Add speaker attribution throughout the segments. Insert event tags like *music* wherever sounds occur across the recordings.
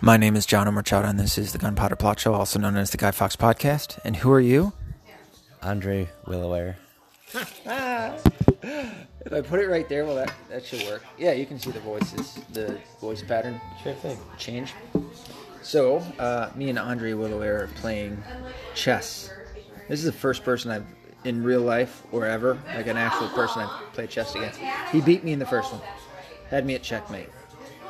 Speaker 1: My name is John Omerchada, and this is the Gunpowder Plot Show, also known as the Guy Fox Podcast. And who are you?
Speaker 2: Andre Willoware.
Speaker 1: If I put it right there, well, that, that should work. Yeah, you can see the voices, the voice pattern
Speaker 2: Sure thing.
Speaker 1: change. So, uh, me and Andre Willoware are playing chess. This is the first person I've, in real life or ever, like an actual person I've played chess against. He beat me in the first one, had me at checkmate.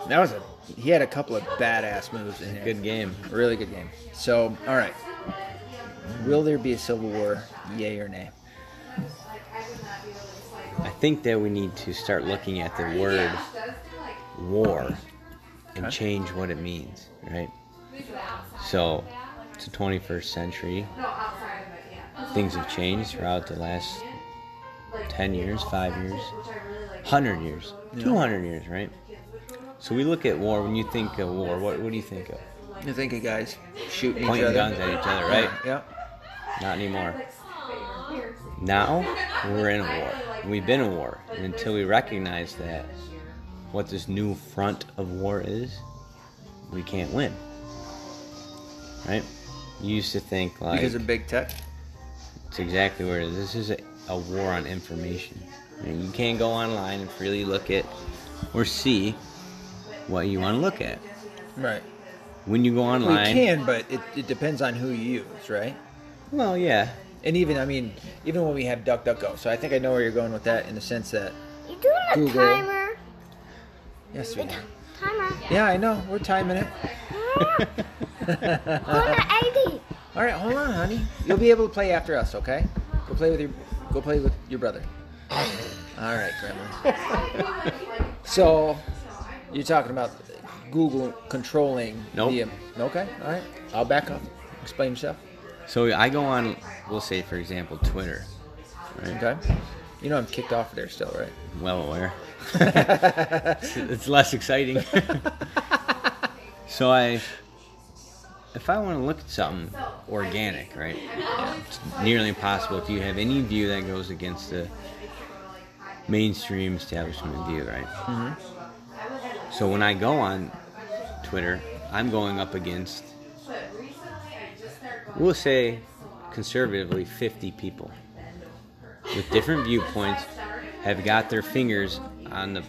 Speaker 1: That was a, he had a couple of badass moves in there.
Speaker 2: Good game.
Speaker 1: Really good game. So, all right. Will there be a civil war? Yay or nay?
Speaker 2: I think that we need to start looking at the word war and change what it means, right? So, it's the 21st century. Things have changed throughout the last 10 years, 5 years, 100 years, 200 years, right? So, we look at war. When you think of war, what, what do you think of?
Speaker 1: You think of guys shooting each
Speaker 2: Pointing
Speaker 1: other?
Speaker 2: guns at each other, right?
Speaker 1: Yeah.
Speaker 2: Not anymore. Now we're in a war. We've been in war. And until we recognize that what this new front of war is, we can't win. Right? You used to think like
Speaker 1: Because of big tech.
Speaker 2: it's exactly where it is. This is a, a war on information. I mean, you can't go online and freely look at or see what you want to look at.
Speaker 1: Right.
Speaker 2: When you go
Speaker 1: We
Speaker 2: online,
Speaker 1: can, but it, it depends on who you use, right?
Speaker 2: well, yeah,
Speaker 1: And even, I mean, even when we have DuckDuckGo. So I think I know where you're going with that in the sense that,
Speaker 3: You doing a
Speaker 1: Google.
Speaker 3: timer?
Speaker 1: yes, we do.
Speaker 3: Timer.
Speaker 1: Yeah, I know. We're timing it.
Speaker 3: *laughs* Hold on, Eddie.
Speaker 1: All right, hold on, honey. You'll be able to play after us, okay? Go play with your go play with your brother. All right, grandma. so, you're talking about Google controlling
Speaker 2: Nope.
Speaker 1: the okay? All right, I'll back up. Explain yourself.
Speaker 2: So I go on, we'll say for example, Twitter. Right?
Speaker 1: Okay. You know I'm kicked off of there still, right?
Speaker 2: Well aware. it's, it's less exciting. so I, if I want to look at something organic, right? It's nearly impossible if you have any view that goes against the mainstream establishment view, right? Mm-hmm. So when I go on Twitter, I'm going up against, we'll say, conservatively, 50 people with different viewpoints have got their fingers on the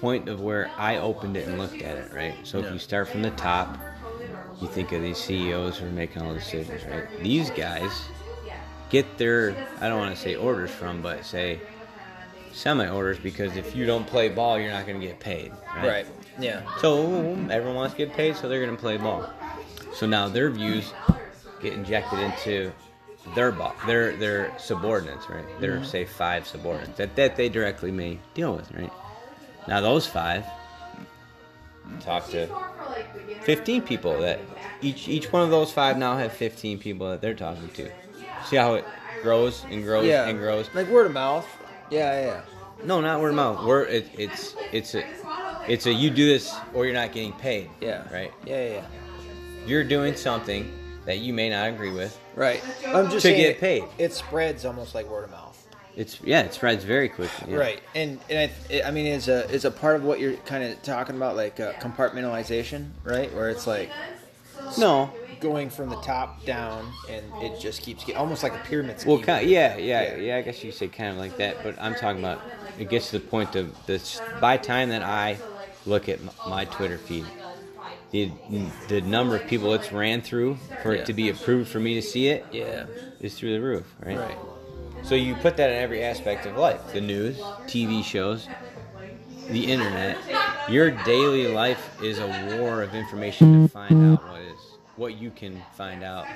Speaker 2: point of where I opened it and looked at it, right? So if you start from the top, you think of these CEOs who are making all the decisions, right? These guys get their, I don't want to say orders from, but say semi orders because if you don't play ball, you're not going to get paid, right?
Speaker 1: Right. Yeah.
Speaker 2: So everyone wants to get paid, so they're going to play ball. So now their views get injected into their ball, their their subordinates, right?
Speaker 1: Mm-hmm.
Speaker 2: Their say five subordinates that that they directly may deal with, right? Now those five talk to fifteen people that each each one of those five now have fifteen people that they're talking to. See how it grows and grows
Speaker 1: Yeah.
Speaker 2: and grows.
Speaker 1: Like word of mouth. Yeah, yeah, yeah.
Speaker 2: No, not word of mouth. We're it, it's it's a it's a you do this or you're not getting paid.
Speaker 1: Yeah.
Speaker 2: Right.
Speaker 1: Yeah, yeah, yeah.
Speaker 2: You're doing something that you may not agree with.
Speaker 1: Right. I'm just
Speaker 2: To
Speaker 1: saying
Speaker 2: get paid.
Speaker 1: It, it spreads almost like word of mouth.
Speaker 2: It's yeah, it spreads very quickly. yeah.
Speaker 1: Right, and and I, th- I mean, is a is a part of what you're kind of talking about, like uh, compartmentalization, right? Where it's like
Speaker 2: No.
Speaker 1: going from the top down, and it just keeps get, almost like a pyramid scheme.
Speaker 2: Well, kind yeah, yeah,
Speaker 1: Yeah.
Speaker 2: yeah, I guess you could say kind of like that, but I'm talking about it gets to the point of this. By time that I look at m- my Twitter feed, the the number of people it's ran through for
Speaker 1: Yeah.
Speaker 2: it to be approved for me to see it is
Speaker 1: yeah,
Speaker 2: through the roof, right?
Speaker 1: right.
Speaker 2: So you put that in every aspect of life: the news, TV shows, the internet. Your daily life is a war of information to find out what is what you can find out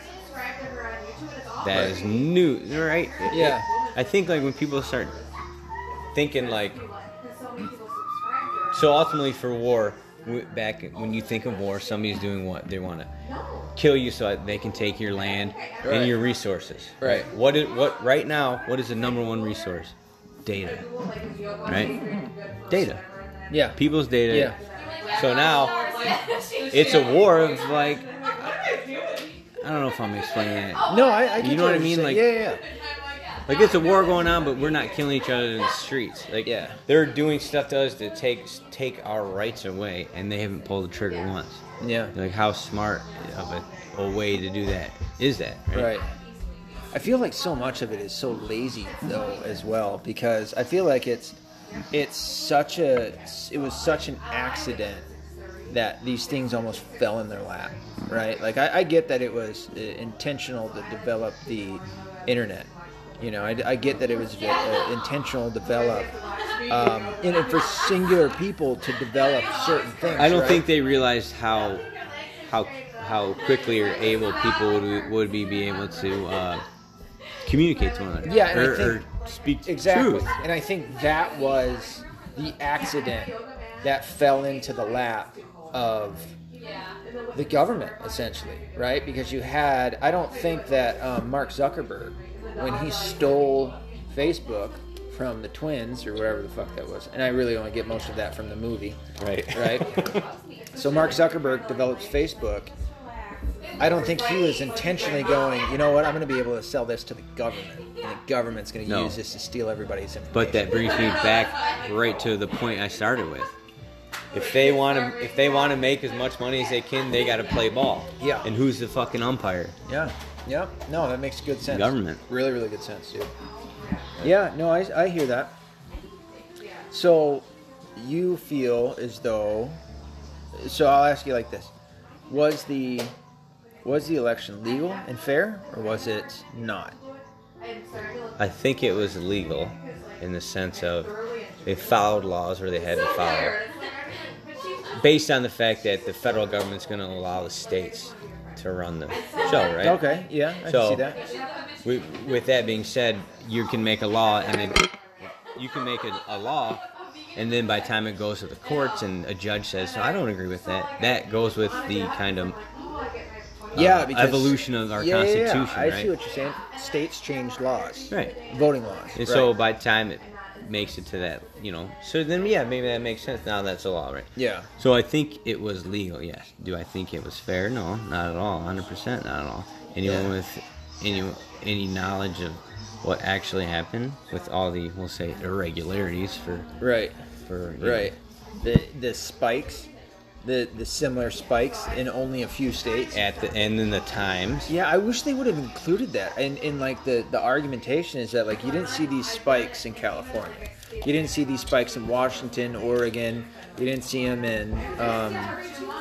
Speaker 2: that is new, right? It-
Speaker 1: Yeah.
Speaker 2: it- I think like when people start thinking like, so ultimately for war, w- back when you think of war, somebody's doing what they want to kill you so that they can take your land
Speaker 1: Right.
Speaker 2: and your resources.
Speaker 1: Right.
Speaker 2: What is what right now? What is the number one resource? Data. Right. Data.
Speaker 1: Yeah,
Speaker 2: People's data.
Speaker 1: Yeah.
Speaker 2: So now it's a war of like. I don't know if I'm explaining it.
Speaker 1: no, I, I can
Speaker 2: You know what I
Speaker 1: totally
Speaker 2: mean?
Speaker 1: say-
Speaker 2: Like-
Speaker 1: yeah, yeah,
Speaker 2: Like it's a war going on, but we're not killing each other in the streets. Like
Speaker 1: Yeah.
Speaker 2: they're doing stuff to us to take take our rights away, and they haven't pulled the trigger once.
Speaker 1: Yeah.
Speaker 2: Like how smart of a, a way to do that is that? Right.
Speaker 1: Right. I feel like so much of it is so lazy though as well because I feel like it's it's such a it was such an accident that these things almost fell in their lap, right? Like I, I get that it was uh, intentional to develop the internet. You know, I, I get that it was uh, uh, intentional develop um, in it for singular people to develop certain things.
Speaker 2: I don't
Speaker 1: right?
Speaker 2: think they realized how how how quickly or able people would be, would be, be able to uh, communicate to one another.
Speaker 1: Yeah, and I
Speaker 2: or,
Speaker 1: think-
Speaker 2: or speak
Speaker 1: Exactly.
Speaker 2: truth.
Speaker 1: And I think that was the accident that fell into the lap of the government, essentially, right? Because you had, I don't think that um, Mark Zuckerberg, when he stole Facebook from the twins or whatever the fuck that was, and I really only get most of that from the movie,
Speaker 2: Right.
Speaker 1: right? so Mark Zuckerberg develops Facebook. I don't think he was intentionally going, you know what, I'm going to be able to sell this to the government. And the government's going to
Speaker 2: No.
Speaker 1: use this to steal everybody's information.
Speaker 2: But that brings me back right to the point I started with. If they want to, if they want to make as much money as they can, they got to play ball.
Speaker 1: Yeah.
Speaker 2: And who's the fucking umpire?
Speaker 1: Yeah. Yeah. No, that makes good sense.
Speaker 2: Government.
Speaker 1: Really, really good sense, dude. Yeah. No, I, I hear that. So, you feel as though. So I'll ask you like this: Was the was the election legal and fair, or was it not?
Speaker 2: I think it was legal, in the sense of they followed laws or they had to follow, based on the fact that the federal government's going to allow the states to run the show, right?
Speaker 1: Okay. Yeah, I
Speaker 2: So-
Speaker 1: can see that.
Speaker 2: With, with that being said, you can make a law, and then you can make a, a law, and then by the time it goes to the courts and a judge says, "I don't agree with that," that goes with the kind of uh,
Speaker 1: yeah, because,
Speaker 2: evolution of our
Speaker 1: yeah, yeah, yeah.
Speaker 2: constitution,
Speaker 1: I
Speaker 2: right?
Speaker 1: see what you're saying. States change laws,
Speaker 2: right.
Speaker 1: voting laws.
Speaker 2: And
Speaker 1: right.
Speaker 2: so by the time it makes it to that, you know, so then yeah, maybe that makes sense. Now that's a law, right?
Speaker 1: yeah,
Speaker 2: So I think it was legal. Yes. Do I think it was fair? No, not at all. 100% not at all. Anyone
Speaker 1: Yeah.
Speaker 2: with any any knowledge of what actually happened with all the we'll say irregularities for
Speaker 1: right.
Speaker 2: for you know,
Speaker 1: Right. The the spikes, the the similar spikes in only a few states.
Speaker 2: at the and then the times.
Speaker 1: Yeah, I wish they would have included that. And in like the the argumentation is that like you didn't see these spikes in California, you didn't see these spikes in Washington, Oregon, you didn't see them in um,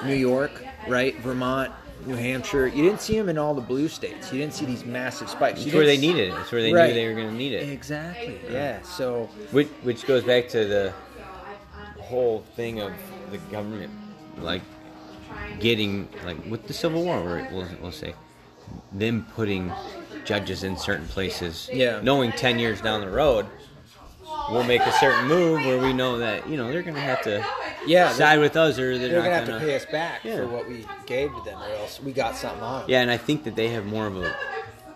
Speaker 1: New York, right? Vermont. New Hampshire, you didn't see them in all the blue states. You didn't see these massive spikes. You
Speaker 2: It's where they
Speaker 1: didn't s-
Speaker 2: needed it. It's where they
Speaker 1: Right.
Speaker 2: knew they were going to need it.
Speaker 1: Exactly. Yeah. So
Speaker 2: Which which goes back to the whole thing of the government, like getting like with the Civil War, where it- we'll, we'll say them putting judges in certain places,
Speaker 1: Yeah.
Speaker 2: knowing ten years down the road we'll make a certain move where we know that you know they're gonna have to
Speaker 1: yeah, they're,
Speaker 2: side with us or they're,
Speaker 1: they're
Speaker 2: not
Speaker 1: gonna have
Speaker 2: gonna.
Speaker 1: to pay us back
Speaker 2: Yeah.
Speaker 1: for what we gave to them, or else we got something on 'em.
Speaker 2: Yeah, and I think that they have more of a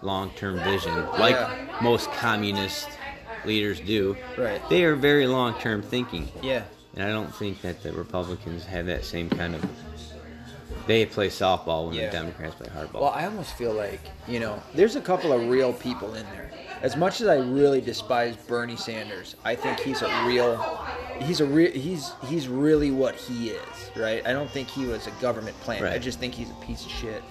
Speaker 2: long-term vision, like
Speaker 1: Yeah.
Speaker 2: most communist leaders do.
Speaker 1: Right.
Speaker 2: They are very long-term thinking.
Speaker 1: Yeah.
Speaker 2: And I don't think that the Republicans have that same kind of. They play softball when
Speaker 1: Yeah.
Speaker 2: the Democrats play hardball.
Speaker 1: Well, I almost feel like, you know, there's a couple of real people in there. As much as I really despise Bernie Sanders, I think he's a real he's a real he's he's really what he is, right? I don't think he was a government plant. I
Speaker 2: Right.
Speaker 1: just think he's a piece of shit.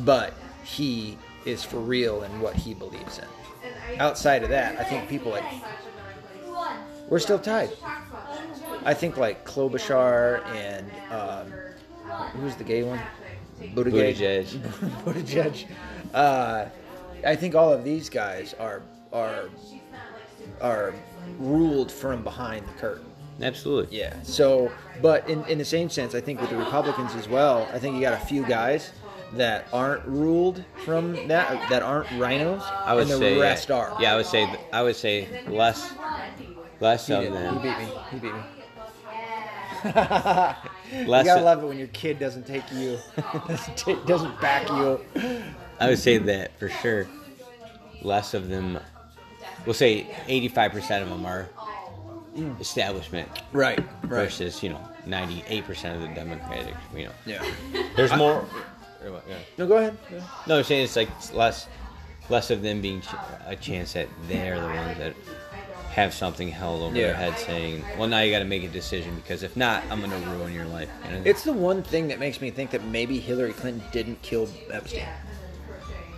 Speaker 1: But he is for real in what he believes in. Outside of that, I think people like we're still tied. I think like Klobuchar and um, who's the gay one?
Speaker 2: Buttigieg.
Speaker 1: Buttigieg. Uh, I think all of these guys are are are ruled from behind the curtain.
Speaker 2: Absolutely.
Speaker 1: Yeah. So, but in, in the same sense, I think with the Republicans as well, I think you got a few guys that aren't ruled from that that aren't rhinos,
Speaker 2: I would
Speaker 1: and the
Speaker 2: say yeah.
Speaker 1: rest are.
Speaker 2: Yeah, I would say I would say less less
Speaker 1: He,
Speaker 2: of
Speaker 1: did. he
Speaker 2: them.
Speaker 1: beat me. He
Speaker 2: *laughs*
Speaker 1: beat me. you gotta love it when your kid doesn't take you, *laughs* doesn't, take, doesn't back you.
Speaker 2: I would say that for sure. Less of them. We'll say 85% of them are establishment
Speaker 1: Mm. Right.
Speaker 2: versus you know 98% of the Democratic. You know,
Speaker 1: Yeah.
Speaker 2: there's more. or what, yeah.
Speaker 1: No, go ahead.
Speaker 2: No, I'm saying it's like it's less, less of them being ch- a chance that they're the ones that have something held over
Speaker 1: Yeah.
Speaker 2: their head saying, "Well, now you got to make a decision because if not, I'm going to ruin your life." And
Speaker 1: It's the one thing that makes me think that maybe Hillary Clinton didn't kill Epstein.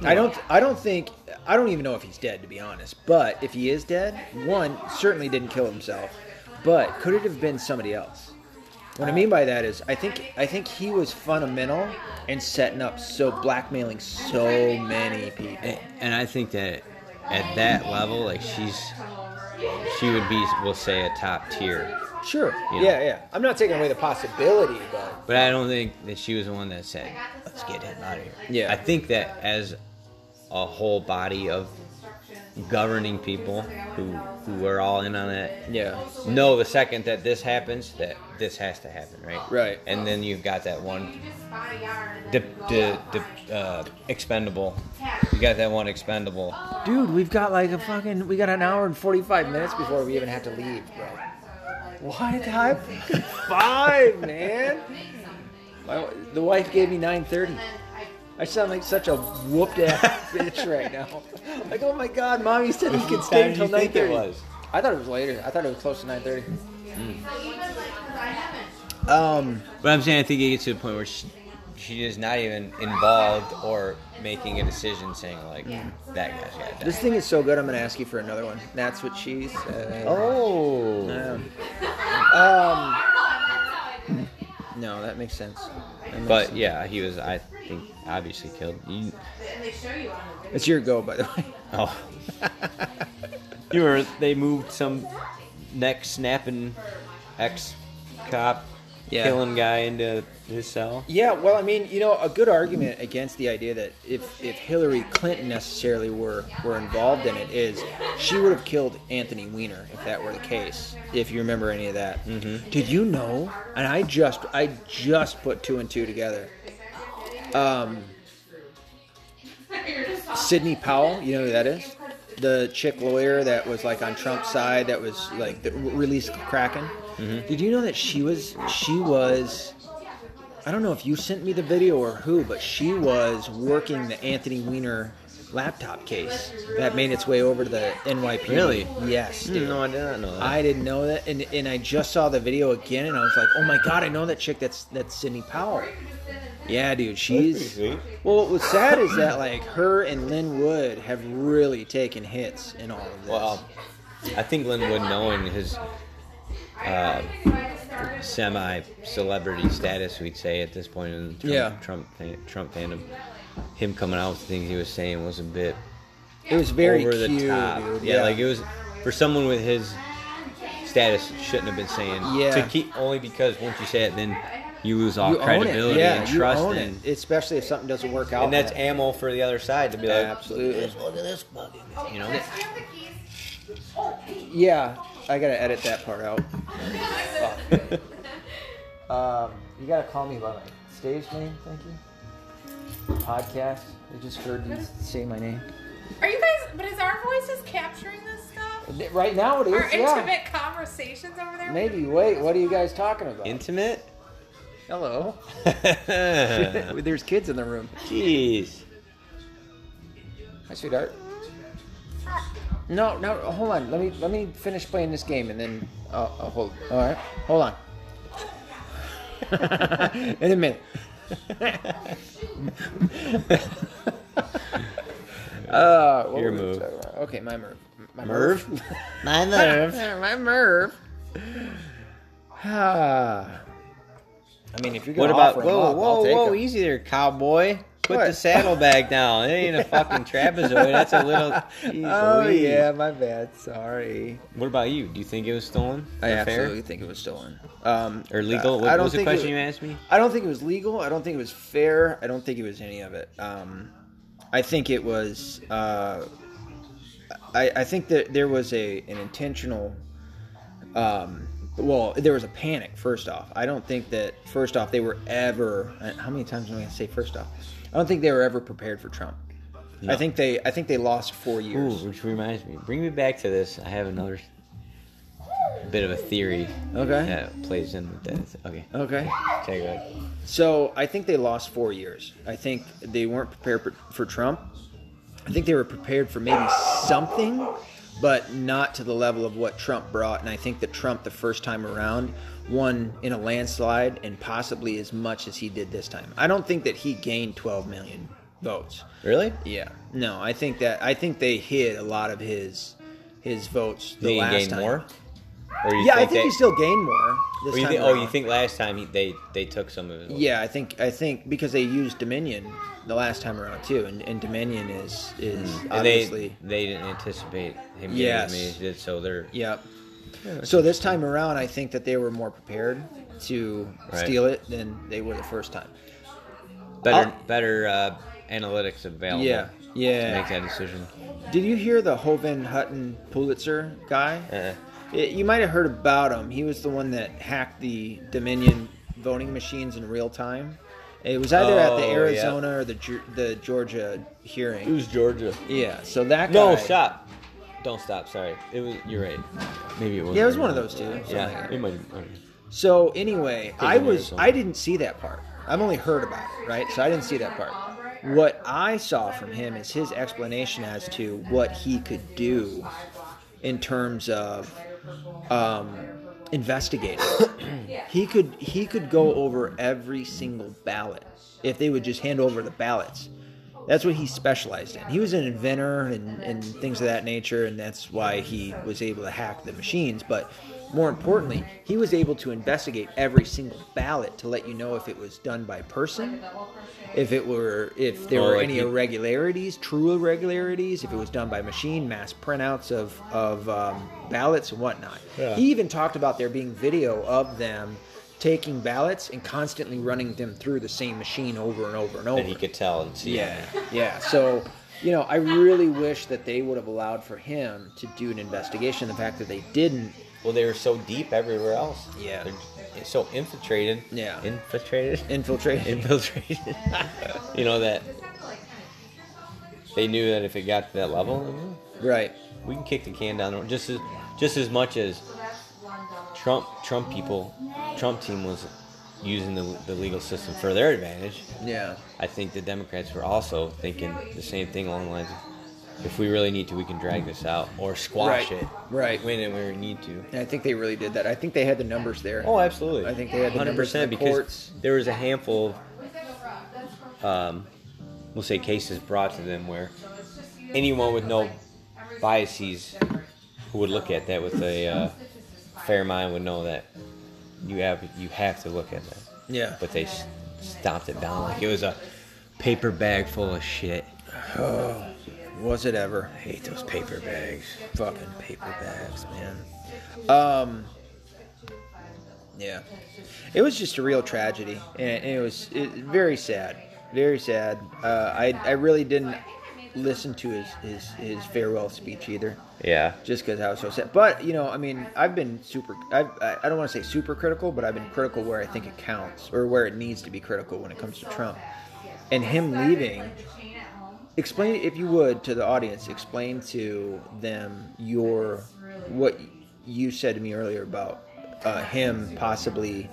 Speaker 1: I don't. I don't think. I don't even know if he's dead, to be honest. But if he is dead, one certainly didn't kill himself. But could it have been somebody else? What I mean by that is, I think. I think he was fundamental in setting up, so blackmailing so many people.
Speaker 2: and, and I think that at that level, like she's she would be, we'll say, a top tier.
Speaker 1: Sure.
Speaker 2: Yeah.
Speaker 1: Yeah, yeah. I'm not taking away the possibility, but
Speaker 2: But I don't think that she was the one that said, "Let's get him out of here."
Speaker 1: Yeah.
Speaker 2: I think that as a whole body of governing people who who are all in on it
Speaker 1: yeah,
Speaker 2: know the second that this happens that this has to happen, right?
Speaker 1: Right.
Speaker 2: And then you've got that one dip, dip, dip, uh, expendable. You got that one expendable.
Speaker 1: dude, we've got like a fucking. We got an hour and 45 minutes before we even have to leave, bro. Why time? *laughs* Five, man. My, the wife gave me 9:30. I sound like such a whooped ass *laughs* bitch right now. *laughs* Like, oh my god, mommy said we could stay
Speaker 2: Time do
Speaker 1: until
Speaker 2: you think it
Speaker 1: 9:30.
Speaker 2: was?
Speaker 1: I thought it was later. I thought it was close to 9:30. Um,
Speaker 2: But I'm saying I think it gets to the point where she, she is not even involved or making a decision saying like that guy's got
Speaker 1: this
Speaker 2: that.
Speaker 1: thing is so good. I'm gonna ask you for another one. That's what she said.
Speaker 2: Oh.
Speaker 1: Um, um, no, that makes sense. That makes
Speaker 2: But
Speaker 1: sense.
Speaker 2: yeah, he was I think obviously killed. You,
Speaker 1: it's your go, by the way.
Speaker 2: oh. *laughs* you were they moved some neck snapping ex cop
Speaker 1: Yeah.
Speaker 2: killing guy into his cell.
Speaker 1: Yeah, well, I mean, you know, a good argument against the idea that if, if Hillary Clinton necessarily were, were involved in it is she would have killed Anthony Weiner if that were the case. If you remember any of that, mm-hmm. did you know? And I just I just put two and two together. Um, Sydney Powell, you know who that is? The chick lawyer that was like on Trump's side, that was like that released Kraken. Did you know that she was she was I don't know if you sent me the video or who, but she was working the Anthony Weiner laptop case that made its way over to the NYPD.
Speaker 2: Really?
Speaker 1: Yes, dude.
Speaker 2: No, I did not know that.
Speaker 1: I didn't know that, and, and I just saw the video again, and I was like, "Oh my god, I know that chick. That's that's Sydney Powell." Yeah, dude, she's.
Speaker 2: pretty sweet.
Speaker 1: Well, what was sad is that like her and Lynn Wood have really taken hits in all of this.
Speaker 2: Well, I think Linwood, knowing his uh, semi-celebrity status, we'd say at this point in the Trump,
Speaker 1: Yeah.
Speaker 2: Trump, fan- Trump fandom, him coming out with the things he was saying was a bit
Speaker 1: it was very
Speaker 2: over
Speaker 1: cute,
Speaker 2: the top.
Speaker 1: dude.
Speaker 2: Yeah, like it was for someone with his status shouldn't have been saying
Speaker 1: Yeah.
Speaker 2: to keep only because once you say it, then you lose all
Speaker 1: you own
Speaker 2: credibility
Speaker 1: it. Yeah,
Speaker 2: and trust
Speaker 1: you own
Speaker 2: and.
Speaker 1: it, especially if something doesn't work out.
Speaker 2: And that's
Speaker 1: in it.
Speaker 2: ammo for the other side to be like,
Speaker 1: Absolutely.
Speaker 2: Look at this fucking, you know.
Speaker 1: yeah. I gotta edit that part out. *laughs* Um, you gotta call me by my stage name, thank you. Podcast. I just heard you say my name.
Speaker 4: Are you guys? But is our voices capturing this stuff?
Speaker 1: Right now it is.
Speaker 4: Our
Speaker 1: yeah.
Speaker 4: intimate conversations over there.
Speaker 1: Maybe. Wait. What are you guys talking about?
Speaker 2: Intimate? *laughs*
Speaker 1: Hello.
Speaker 2: Uh.
Speaker 1: *laughs* There's kids in the room.
Speaker 2: Jeez.
Speaker 1: Hi, sweetheart. No, no. Hold on. Let me let me finish playing this game and then I'll, I'll hold. All right. Hold on. *laughs* in a minute. *laughs* uh, what were
Speaker 2: Your
Speaker 1: we
Speaker 2: move.
Speaker 1: talking about? Okay, my move. *laughs* My
Speaker 2: Merv?
Speaker 1: *laughs*
Speaker 2: My *laughs*
Speaker 1: my *sighs* Merv. Ah. I mean, if you're
Speaker 2: What
Speaker 1: gonna
Speaker 2: about
Speaker 1: offer him
Speaker 2: whoa,
Speaker 1: up,
Speaker 2: whoa,
Speaker 1: I'll take
Speaker 2: whoa,
Speaker 1: him.
Speaker 2: easy there, cowboy. Put
Speaker 1: What?
Speaker 2: the saddlebag down. It ain't
Speaker 1: *laughs*
Speaker 2: a fucking trapezoid. That's a little Jeez
Speaker 1: Oh
Speaker 2: Louise.
Speaker 1: yeah, my bad. Sorry.
Speaker 2: What about you? Do you think it was stolen?
Speaker 1: I
Speaker 2: Or
Speaker 1: absolutely think it was stolen. Um,
Speaker 2: Or legal?
Speaker 1: I-
Speaker 2: What
Speaker 1: I don't
Speaker 2: was the
Speaker 1: think
Speaker 2: question
Speaker 1: it-
Speaker 2: you asked me?
Speaker 1: I don't think it was legal. I don't think it was fair. I don't think it was any of it. Um, I think it was. Uh, I, I think that there was a an intentional. Um, well, there was a panic. First off, I don't think that. First off, they were ever. uh, How many times am I going to say? First off, I don't think they were ever prepared for Trump. I think they. I think they lost four
Speaker 2: Ooh,
Speaker 1: years.
Speaker 2: which reminds me. Bring me back to this. I have another bit of a theory
Speaker 1: Okay.
Speaker 2: that plays in with that. Okay.
Speaker 1: Okay.
Speaker 2: Okay, go ahead.
Speaker 1: So I think they lost four years. I think they weren't prepared for, for Trump. I think they were prepared for maybe something, but not to the level of what Trump brought. And I think that Trump, the first time around, won in a landslide and possibly as much as he did this time. I don't think that he gained 12 million votes.
Speaker 2: Really?
Speaker 1: Yeah, no, I think that I think they hid a lot of his his votes the
Speaker 2: He didn't
Speaker 1: last
Speaker 2: gain
Speaker 1: time.
Speaker 2: more. Or you
Speaker 1: Yeah, I think
Speaker 2: they-
Speaker 1: he still gained more this
Speaker 2: or you
Speaker 1: time.
Speaker 2: think- oh, you
Speaker 1: around.
Speaker 2: think last time he, they they took some of it?
Speaker 1: Yeah, I think I think because they used Dominion the last time around too, and, and Dominion is is
Speaker 2: Mm. And
Speaker 1: obviously
Speaker 2: they they didn't anticipate him getting
Speaker 1: Yes.
Speaker 2: as many as he did, so they're
Speaker 1: yeah. So this time around, I think that they were more prepared to
Speaker 2: Right.
Speaker 1: steal it than they were the first time.
Speaker 2: better
Speaker 1: I'll-
Speaker 2: better uh, analytics available.
Speaker 1: Yeah,
Speaker 2: To make
Speaker 1: yeah.
Speaker 2: that decision.
Speaker 1: Did you hear the Hovind Hutton Pulitzer guy?
Speaker 2: Uh,
Speaker 1: It, you might have heard about him. He was the one that hacked the Dominion voting machines in real time. It was either at
Speaker 2: Oh,
Speaker 1: the
Speaker 2: yeah.
Speaker 1: Arizona or the Ge- the Georgia hearing.
Speaker 2: was Georgia.
Speaker 1: Yeah, so that guy.
Speaker 2: No, stop. Don't stop. Sorry. It was. You're right. Maybe it was.
Speaker 1: Yeah, it was one of those two. something like
Speaker 2: Yeah.
Speaker 1: that.
Speaker 2: It might. okay.
Speaker 1: So anyway, I
Speaker 2: been
Speaker 1: was
Speaker 2: Arizona.
Speaker 1: I didn't see that part. I've only heard about it, right? So I didn't see that part. What I saw from him is his explanation as to what he could do in terms of um, investigating. he could he could go over every single ballot if they would just hand over the ballots. That's what he specialized in. He was an inventor and, and things of that nature, and that's why he was able to hack the machines. But more importantly, he was able to investigate every single ballot to let you know if it was done by person, if it were if there
Speaker 2: Oh,
Speaker 1: were
Speaker 2: like
Speaker 1: any
Speaker 2: he-
Speaker 1: irregularities, true irregularities, if it was done by machine, mass printouts of of um, ballots and whatnot. He even talked about there being video of them taking ballots and constantly running them through the same machine over and over and over.
Speaker 2: That he could tell and see.
Speaker 1: Yeah, yeah. So, you know, I really wish that they would have allowed for him to do an investigation. The fact that they didn't,
Speaker 2: Well, they were so deep everywhere else.
Speaker 1: Yeah.
Speaker 2: They're so infiltrated.
Speaker 1: Yeah.
Speaker 2: Infiltrated.
Speaker 1: infiltrate.
Speaker 2: *laughs* infiltrated. *laughs* you know that they knew that if it got to that level,
Speaker 1: right.
Speaker 2: we can kick the can down the road just as just as much as Trump Trump people Trump team was using the, the legal system for their advantage.
Speaker 1: Yeah.
Speaker 2: I think the Democrats were also thinking the same thing along the lines of if we really need to, we can drag this out or squash
Speaker 1: Right.
Speaker 2: it
Speaker 1: Right.
Speaker 2: when and where we need to.
Speaker 1: And I think they really did that. I think they had the numbers there.
Speaker 2: Oh, absolutely.
Speaker 1: I think they had the
Speaker 2: hundred
Speaker 1: numbers in
Speaker 2: percent
Speaker 1: the
Speaker 2: because
Speaker 1: courts.
Speaker 2: there was a handful of, um, we'll say cases brought to them where anyone with no biases who would look at that with a uh, fair mind would know that you have you have to look at that.
Speaker 1: Yeah.
Speaker 2: But they s- stomped it down like it was a paper bag full of shit.
Speaker 1: Oh, Was it ever?
Speaker 2: I hate those paper bags.
Speaker 1: Fucking
Speaker 2: Paper bags, man.
Speaker 1: Um. Yeah, it was just a real tragedy, and it was it, very sad, very sad. Uh, I I really didn't listen to his his, his farewell speech either.
Speaker 2: Yeah.
Speaker 1: just because I was so sad. But you know, I mean, I've been super. I've, I I don't want to say super critical, but I've been critical where I think it counts or where it needs to be critical when it comes to Trump. And him leaving, explain if you would to the audience. Explain to them your what you said to me earlier about uh, him possibly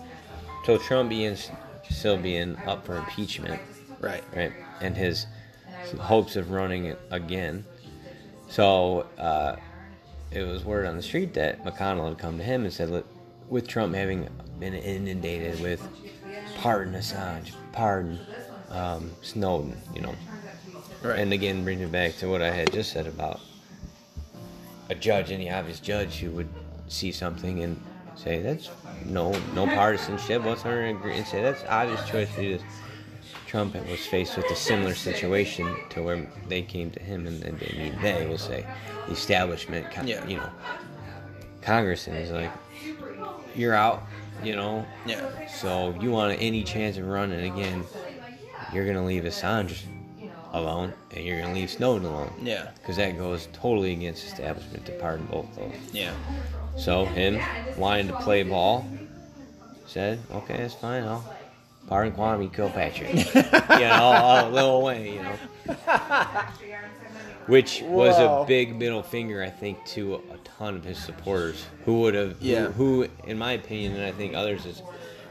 Speaker 2: So Trump being still being up for impeachment.
Speaker 1: right.
Speaker 2: right? And his hopes of running it again. So uh, it was word on the street that McConnell had come to him and said, Look, with Trump having been inundated with pardon Assange, pardon um, Snowden, you know.
Speaker 1: Right.
Speaker 2: And again, brings me back to what I had just said about a judge, any obvious judge who would see something and say, that's no no partisanship whatsoever, and agree- and say, that's obvious choice to do this. Trump was faced with a similar situation to where they came to him, and, and I mean, they will say, the establishment, con-
Speaker 1: Yeah.
Speaker 2: you know, Congress, and is like, you're out, you know,
Speaker 1: Yeah.
Speaker 2: so if you want any chance of running again, you're gonna leave Assange alone, and you're gonna leave Snowden alone.
Speaker 1: Yeah.
Speaker 2: Because that goes totally against establishment to pardon both those.
Speaker 1: Yeah.
Speaker 2: So him wanting to play ball said, "Okay, that's fine. I'll pardon Kwame Kilpatrick.
Speaker 1: *laughs*
Speaker 2: you know, I'll Lil Wayne. You know." Which was
Speaker 1: Wow.
Speaker 2: a big middle finger, I think, to a ton of his supporters who would have, who-
Speaker 1: Yeah.
Speaker 2: who, in my opinion, and I think others, is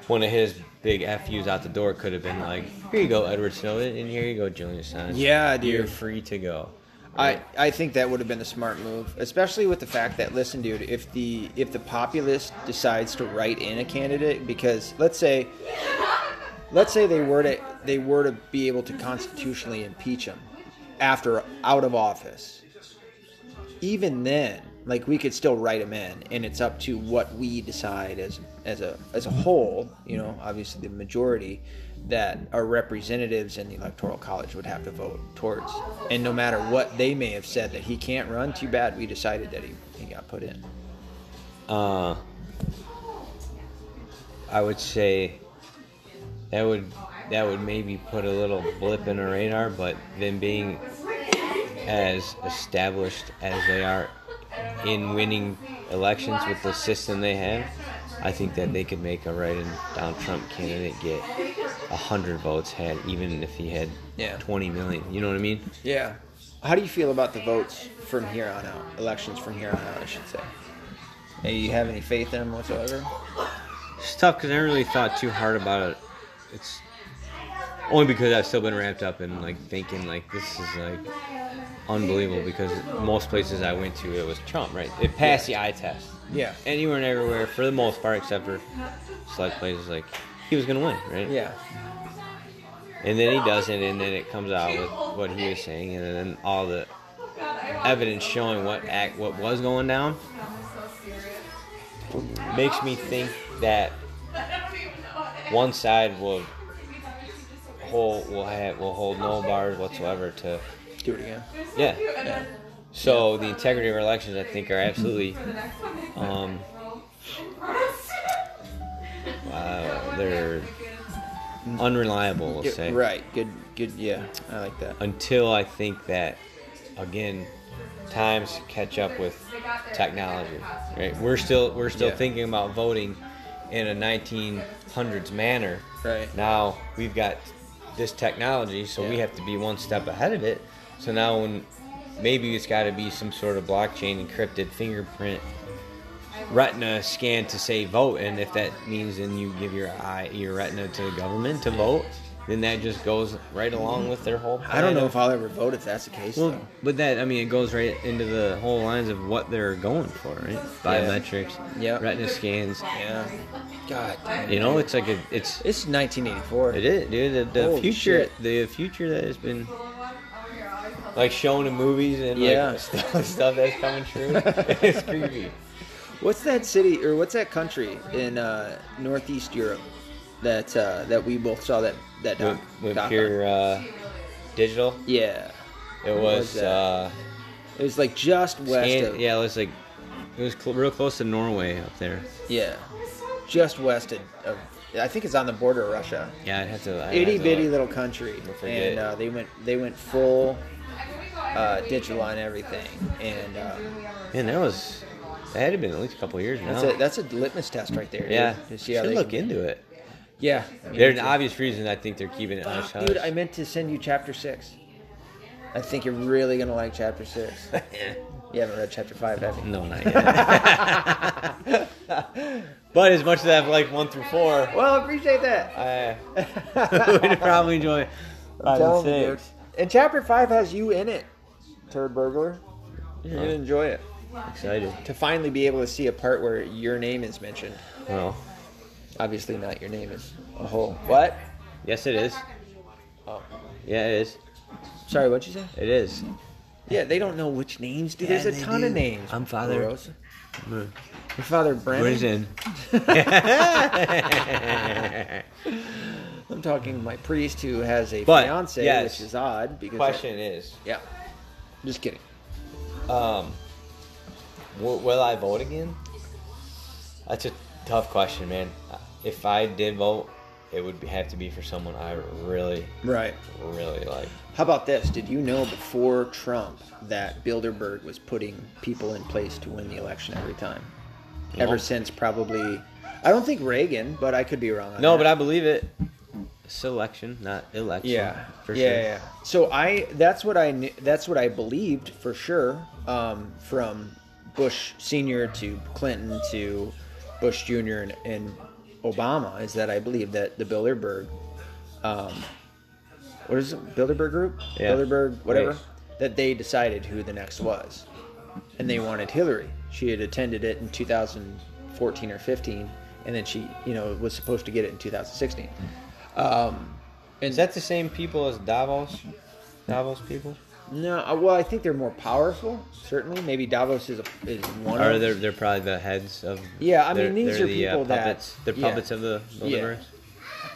Speaker 2: one of his big FUs out the door could have been like, here you go, Edward Snowden, and here you go, Julian Assange.
Speaker 1: Yeah, dude.
Speaker 2: You're free to go.
Speaker 1: I, I think that would have been a smart move, especially with the fact that listen, dude, if the if the populace decides to write in a candidate, because let's say let's say they were to they were to be able to constitutionally impeach him after out of office, even then, like we could still write him in, and it's up to what we decide as as a as a whole. You know, obviously the majority that our representatives in the electoral college would have to vote towards, and no matter what they may have said that he can't run, too bad we decided that he, he got put in.
Speaker 2: Uh, I would say that would that would maybe put a little blip in the radar, but them being as established as they are in winning elections with the system they have, I think that they could make a write-in Donald Trump candidate get hundred votes had even if he had
Speaker 1: Yeah.
Speaker 2: twenty million. You know what I mean?
Speaker 1: Yeah. How do you feel about the votes from here on out? Elections from here on out, I should say. Do you have any faith in them whatsoever?
Speaker 2: It's tough because I never really thought too hard about it. It's only because I've still been wrapped up in like thinking like this is like unbelievable because most places I went to it was Trump, right? It passed the eye test.
Speaker 1: Yeah.
Speaker 2: Anywhere and everywhere for the most part except for select places like he was gonna win, right?
Speaker 1: Yeah.
Speaker 2: And then he doesn't and then it comes out with what he was saying and then all the evidence showing what act what was going down makes me think that one side will hold will have will hold no bars whatsoever to
Speaker 1: Do it again.
Speaker 2: yeah. So the integrity of our elections, I think, are absolutely um, uh, they're unreliable. We'll
Speaker 1: Good-
Speaker 2: say
Speaker 1: Right. Good. Good. Yeah. I like that.
Speaker 2: until I think that again times catch up with technology. Right? We're still we're still
Speaker 1: Yeah.
Speaker 2: thinking about voting in a 1900s manner.
Speaker 1: Right.
Speaker 2: Now we've got this technology, so we
Speaker 1: Yeah.
Speaker 2: have to be one step ahead of it. So now when maybe it's got to be some sort of blockchain encrypted fingerprint retina scan to say vote and if that means then you give your eye your retina to the government to vote then that just goes right along with their whole
Speaker 1: I don't
Speaker 2: plan
Speaker 1: know
Speaker 2: of-
Speaker 1: if I'll ever vote if that's the case.
Speaker 2: well,
Speaker 1: though.
Speaker 2: but that I mean, it goes right into the whole lines of what they're going for, right? Biometrics,
Speaker 1: Yep.
Speaker 2: retina scans.
Speaker 1: Yeah. God. Damn.
Speaker 2: You know, it's like a, it's
Speaker 1: It's 1984.
Speaker 2: it is, dude. The, the
Speaker 1: Holy
Speaker 2: future,
Speaker 1: shit.
Speaker 2: the future that has been like shown in movies and
Speaker 1: Yeah.
Speaker 2: like *laughs* stuff, stuff that's
Speaker 1: *laughs*
Speaker 2: coming true. it's creepy.
Speaker 1: What's that city or what's that country in uh, Northeast Europe that uh, that we both saw that that doc?
Speaker 2: Went, went
Speaker 1: doc on?
Speaker 2: pure uh, digital.
Speaker 1: Yeah.
Speaker 2: It
Speaker 1: was
Speaker 2: was,
Speaker 1: that?
Speaker 2: uh,
Speaker 1: It was like just west
Speaker 2: scan-
Speaker 1: of
Speaker 2: yeah, it was like it was cl- real close to Norway up there.
Speaker 1: Yeah. Just west of, of I think it's on the border of Russia.
Speaker 2: Yeah, I'd have to. I'd
Speaker 1: Itty
Speaker 2: have to
Speaker 1: bitty
Speaker 2: look.
Speaker 1: little country,
Speaker 2: Don't forget.
Speaker 1: and uh, they went they went full uh, digital on everything, and uh,
Speaker 2: Man, that was that had to been at least a couple years now.
Speaker 1: that's a that's a litmus test right there. dude,
Speaker 2: Oh. Yeah,
Speaker 1: to see how
Speaker 2: should
Speaker 1: they
Speaker 2: look
Speaker 1: can-
Speaker 2: into it.
Speaker 1: Yeah,
Speaker 2: There's an obvious reason I think they're keeping it hush hush.
Speaker 1: dude, I meant to send you chapter six. I think you're really gonna like chapter *laughs* six. You haven't read chapter five, have you?
Speaker 2: no, not yet. *laughs* but as much as I've liked one through four,
Speaker 1: Well, I appreciate that.
Speaker 2: I *laughs* would probably enjoy five and
Speaker 1: Tell me, dude.
Speaker 2: six.
Speaker 1: And chapter five has you in it, turd burglar. You're gonna
Speaker 2: Huh.
Speaker 1: enjoy it.
Speaker 2: Excited.
Speaker 1: to finally be able to see a part where your name is mentioned.
Speaker 2: Well,
Speaker 1: Obviously, not your name is a whole. What?
Speaker 2: yes, it is.
Speaker 1: Oh,
Speaker 2: Yeah, it is.
Speaker 1: sorry. What'd you say?
Speaker 2: It is.
Speaker 1: Yeah, they don't know which names. Dude,
Speaker 2: Yeah,
Speaker 1: there's a
Speaker 2: they
Speaker 1: ton
Speaker 2: do.
Speaker 1: of names.
Speaker 2: I'm Father-
Speaker 1: Rosa. Your father Brandon.
Speaker 2: Prison.
Speaker 1: I'm talking my priest who has a
Speaker 2: But,
Speaker 1: fiance,
Speaker 2: yes.
Speaker 1: which is odd because.
Speaker 2: *laughs* Question is,
Speaker 1: yeah. Just kidding.
Speaker 2: um, w- will I vote again? That's a tough question, man. If I did vote, it would be- have to be for someone I really,
Speaker 1: Right.
Speaker 2: really like.
Speaker 1: How about this? Did you know before Trump that Bilderberg was putting people in place to win the election every time? Ever since probably, I don't think Reagan, but I could be wrong. On
Speaker 2: No,
Speaker 1: that.
Speaker 2: but I believe it. Selection, not election.
Speaker 1: Yeah,
Speaker 2: for
Speaker 1: yeah,
Speaker 2: sure.
Speaker 1: yeah. So I that's what I knew, that's what I believed for sure. Um, from Bush senior to Clinton to Bush Jr. and, and Obama is that I believe that the Bilderberg, um, what is it, Bilderberg Group,
Speaker 2: Yeah.
Speaker 1: Bilderberg whatever,
Speaker 2: Right.
Speaker 1: that they decided who the next was. And they wanted Hillary. She had attended it in 2014 or 15, and then she, you know, was supposed to get it in 2016. Um, and
Speaker 2: Is that the same people as Davos? Davos people?
Speaker 1: no, uh, well, I think they're more powerful. Certainly, maybe Davos is a, is one.
Speaker 2: Or
Speaker 1: of
Speaker 2: they're, they're probably the heads of.
Speaker 1: Yeah, I
Speaker 2: they're-
Speaker 1: mean, these
Speaker 2: they're
Speaker 1: are
Speaker 2: the, uh,
Speaker 1: people that-
Speaker 2: puppets. They're
Speaker 1: yeah.
Speaker 2: puppets of the, the
Speaker 1: Yeah.
Speaker 2: universe.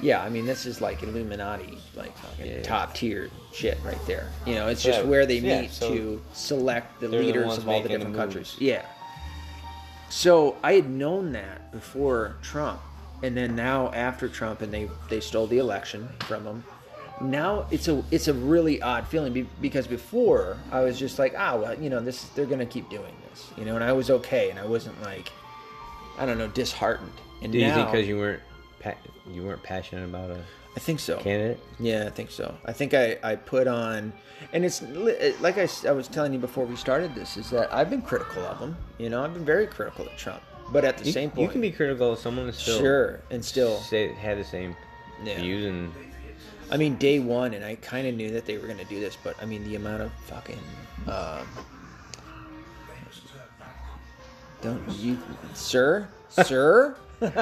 Speaker 1: Yeah, I mean, this is like Illuminati, like fucking
Speaker 2: Yeah, yeah.
Speaker 1: top tier shit right there. You know, it's just
Speaker 2: Yeah,
Speaker 1: where they
Speaker 2: yeah,
Speaker 1: meet
Speaker 2: so
Speaker 1: to select the
Speaker 2: they're the
Speaker 1: leaders
Speaker 2: ones
Speaker 1: of all the
Speaker 2: making the
Speaker 1: different
Speaker 2: moves.
Speaker 1: countries. Yeah. So I had known that before Trump, and then now after Trump, and they they stole the election from him. Now it's a it's a really odd feeling be- because before I was just like ah well you know this they're gonna keep doing this you know and I was okay and I wasn't like I don't know disheartened and
Speaker 2: Do you think
Speaker 1: now
Speaker 2: because you weren't pa- you weren't passionate about a
Speaker 1: I think so
Speaker 2: candidate?
Speaker 1: Yeah, I think so. I think I, I put on, and it's li- like I, s- I was telling you before we started this is that I've been critical of him. You know, I've been very critical of Trump, but at the
Speaker 2: You,
Speaker 1: same
Speaker 2: you
Speaker 1: point,
Speaker 2: can be critical of someone and still
Speaker 1: sure and still.
Speaker 2: say have the same
Speaker 1: Yeah.
Speaker 2: views and
Speaker 1: I mean, day one, and I kind of knew that they were going to do this, but I mean, the amount of fucking. Um, don't you, sir, sir? *laughs* the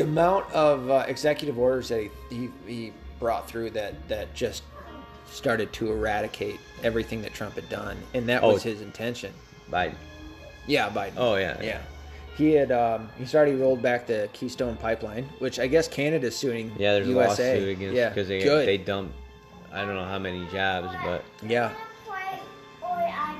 Speaker 1: amount of uh, executive orders that he, he he brought through that that just started to eradicate everything that Trump had done, and that
Speaker 2: Oh.
Speaker 1: was his intention.
Speaker 2: Biden.
Speaker 1: Yeah, Biden.
Speaker 2: Oh, yeah,
Speaker 1: yeah.
Speaker 2: yeah.
Speaker 1: He had um, he's already rolled back the Keystone Pipeline, which I guess Canada's suing.
Speaker 2: Yeah, there's
Speaker 1: USA.
Speaker 2: a lawsuit against
Speaker 1: yeah,
Speaker 2: because
Speaker 1: good.
Speaker 2: they they dumped I don't know how many jobs, but
Speaker 1: yeah.
Speaker 3: Play or I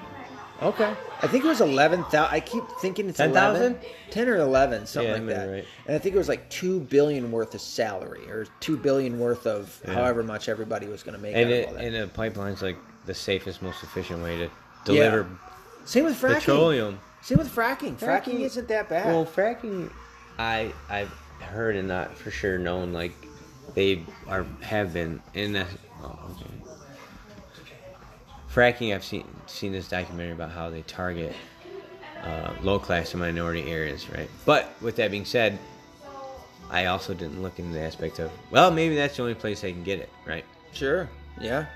Speaker 3: play.
Speaker 1: Okay. I think it was 11,000. I keep thinking it's
Speaker 2: 10,000?
Speaker 1: 11, 10 or 11, something
Speaker 2: Yeah,
Speaker 1: like
Speaker 2: I'm in
Speaker 1: that.
Speaker 2: right.
Speaker 1: And I think it was like 2 billion worth of salary or 2 billion worth of
Speaker 2: Yeah.
Speaker 1: however much everybody was going to make
Speaker 2: and
Speaker 1: out
Speaker 2: it,
Speaker 1: of all that.
Speaker 2: and a pipeline's like the safest, most efficient way to deliver
Speaker 1: Same with fracking.
Speaker 2: petroleum.
Speaker 1: Same with fracking. Fracking,
Speaker 2: Fracking-
Speaker 1: isn't that bad.
Speaker 2: Well, fracking, I I've heard and not for sure known like they are have been in the oh, okay. fracking. I've seen seen this documentary about how they target uh, low class and minority areas, right? But with that being said, I also didn't look into the aspect of well, maybe that's the only place they can get it, right?
Speaker 1: sure. Yeah.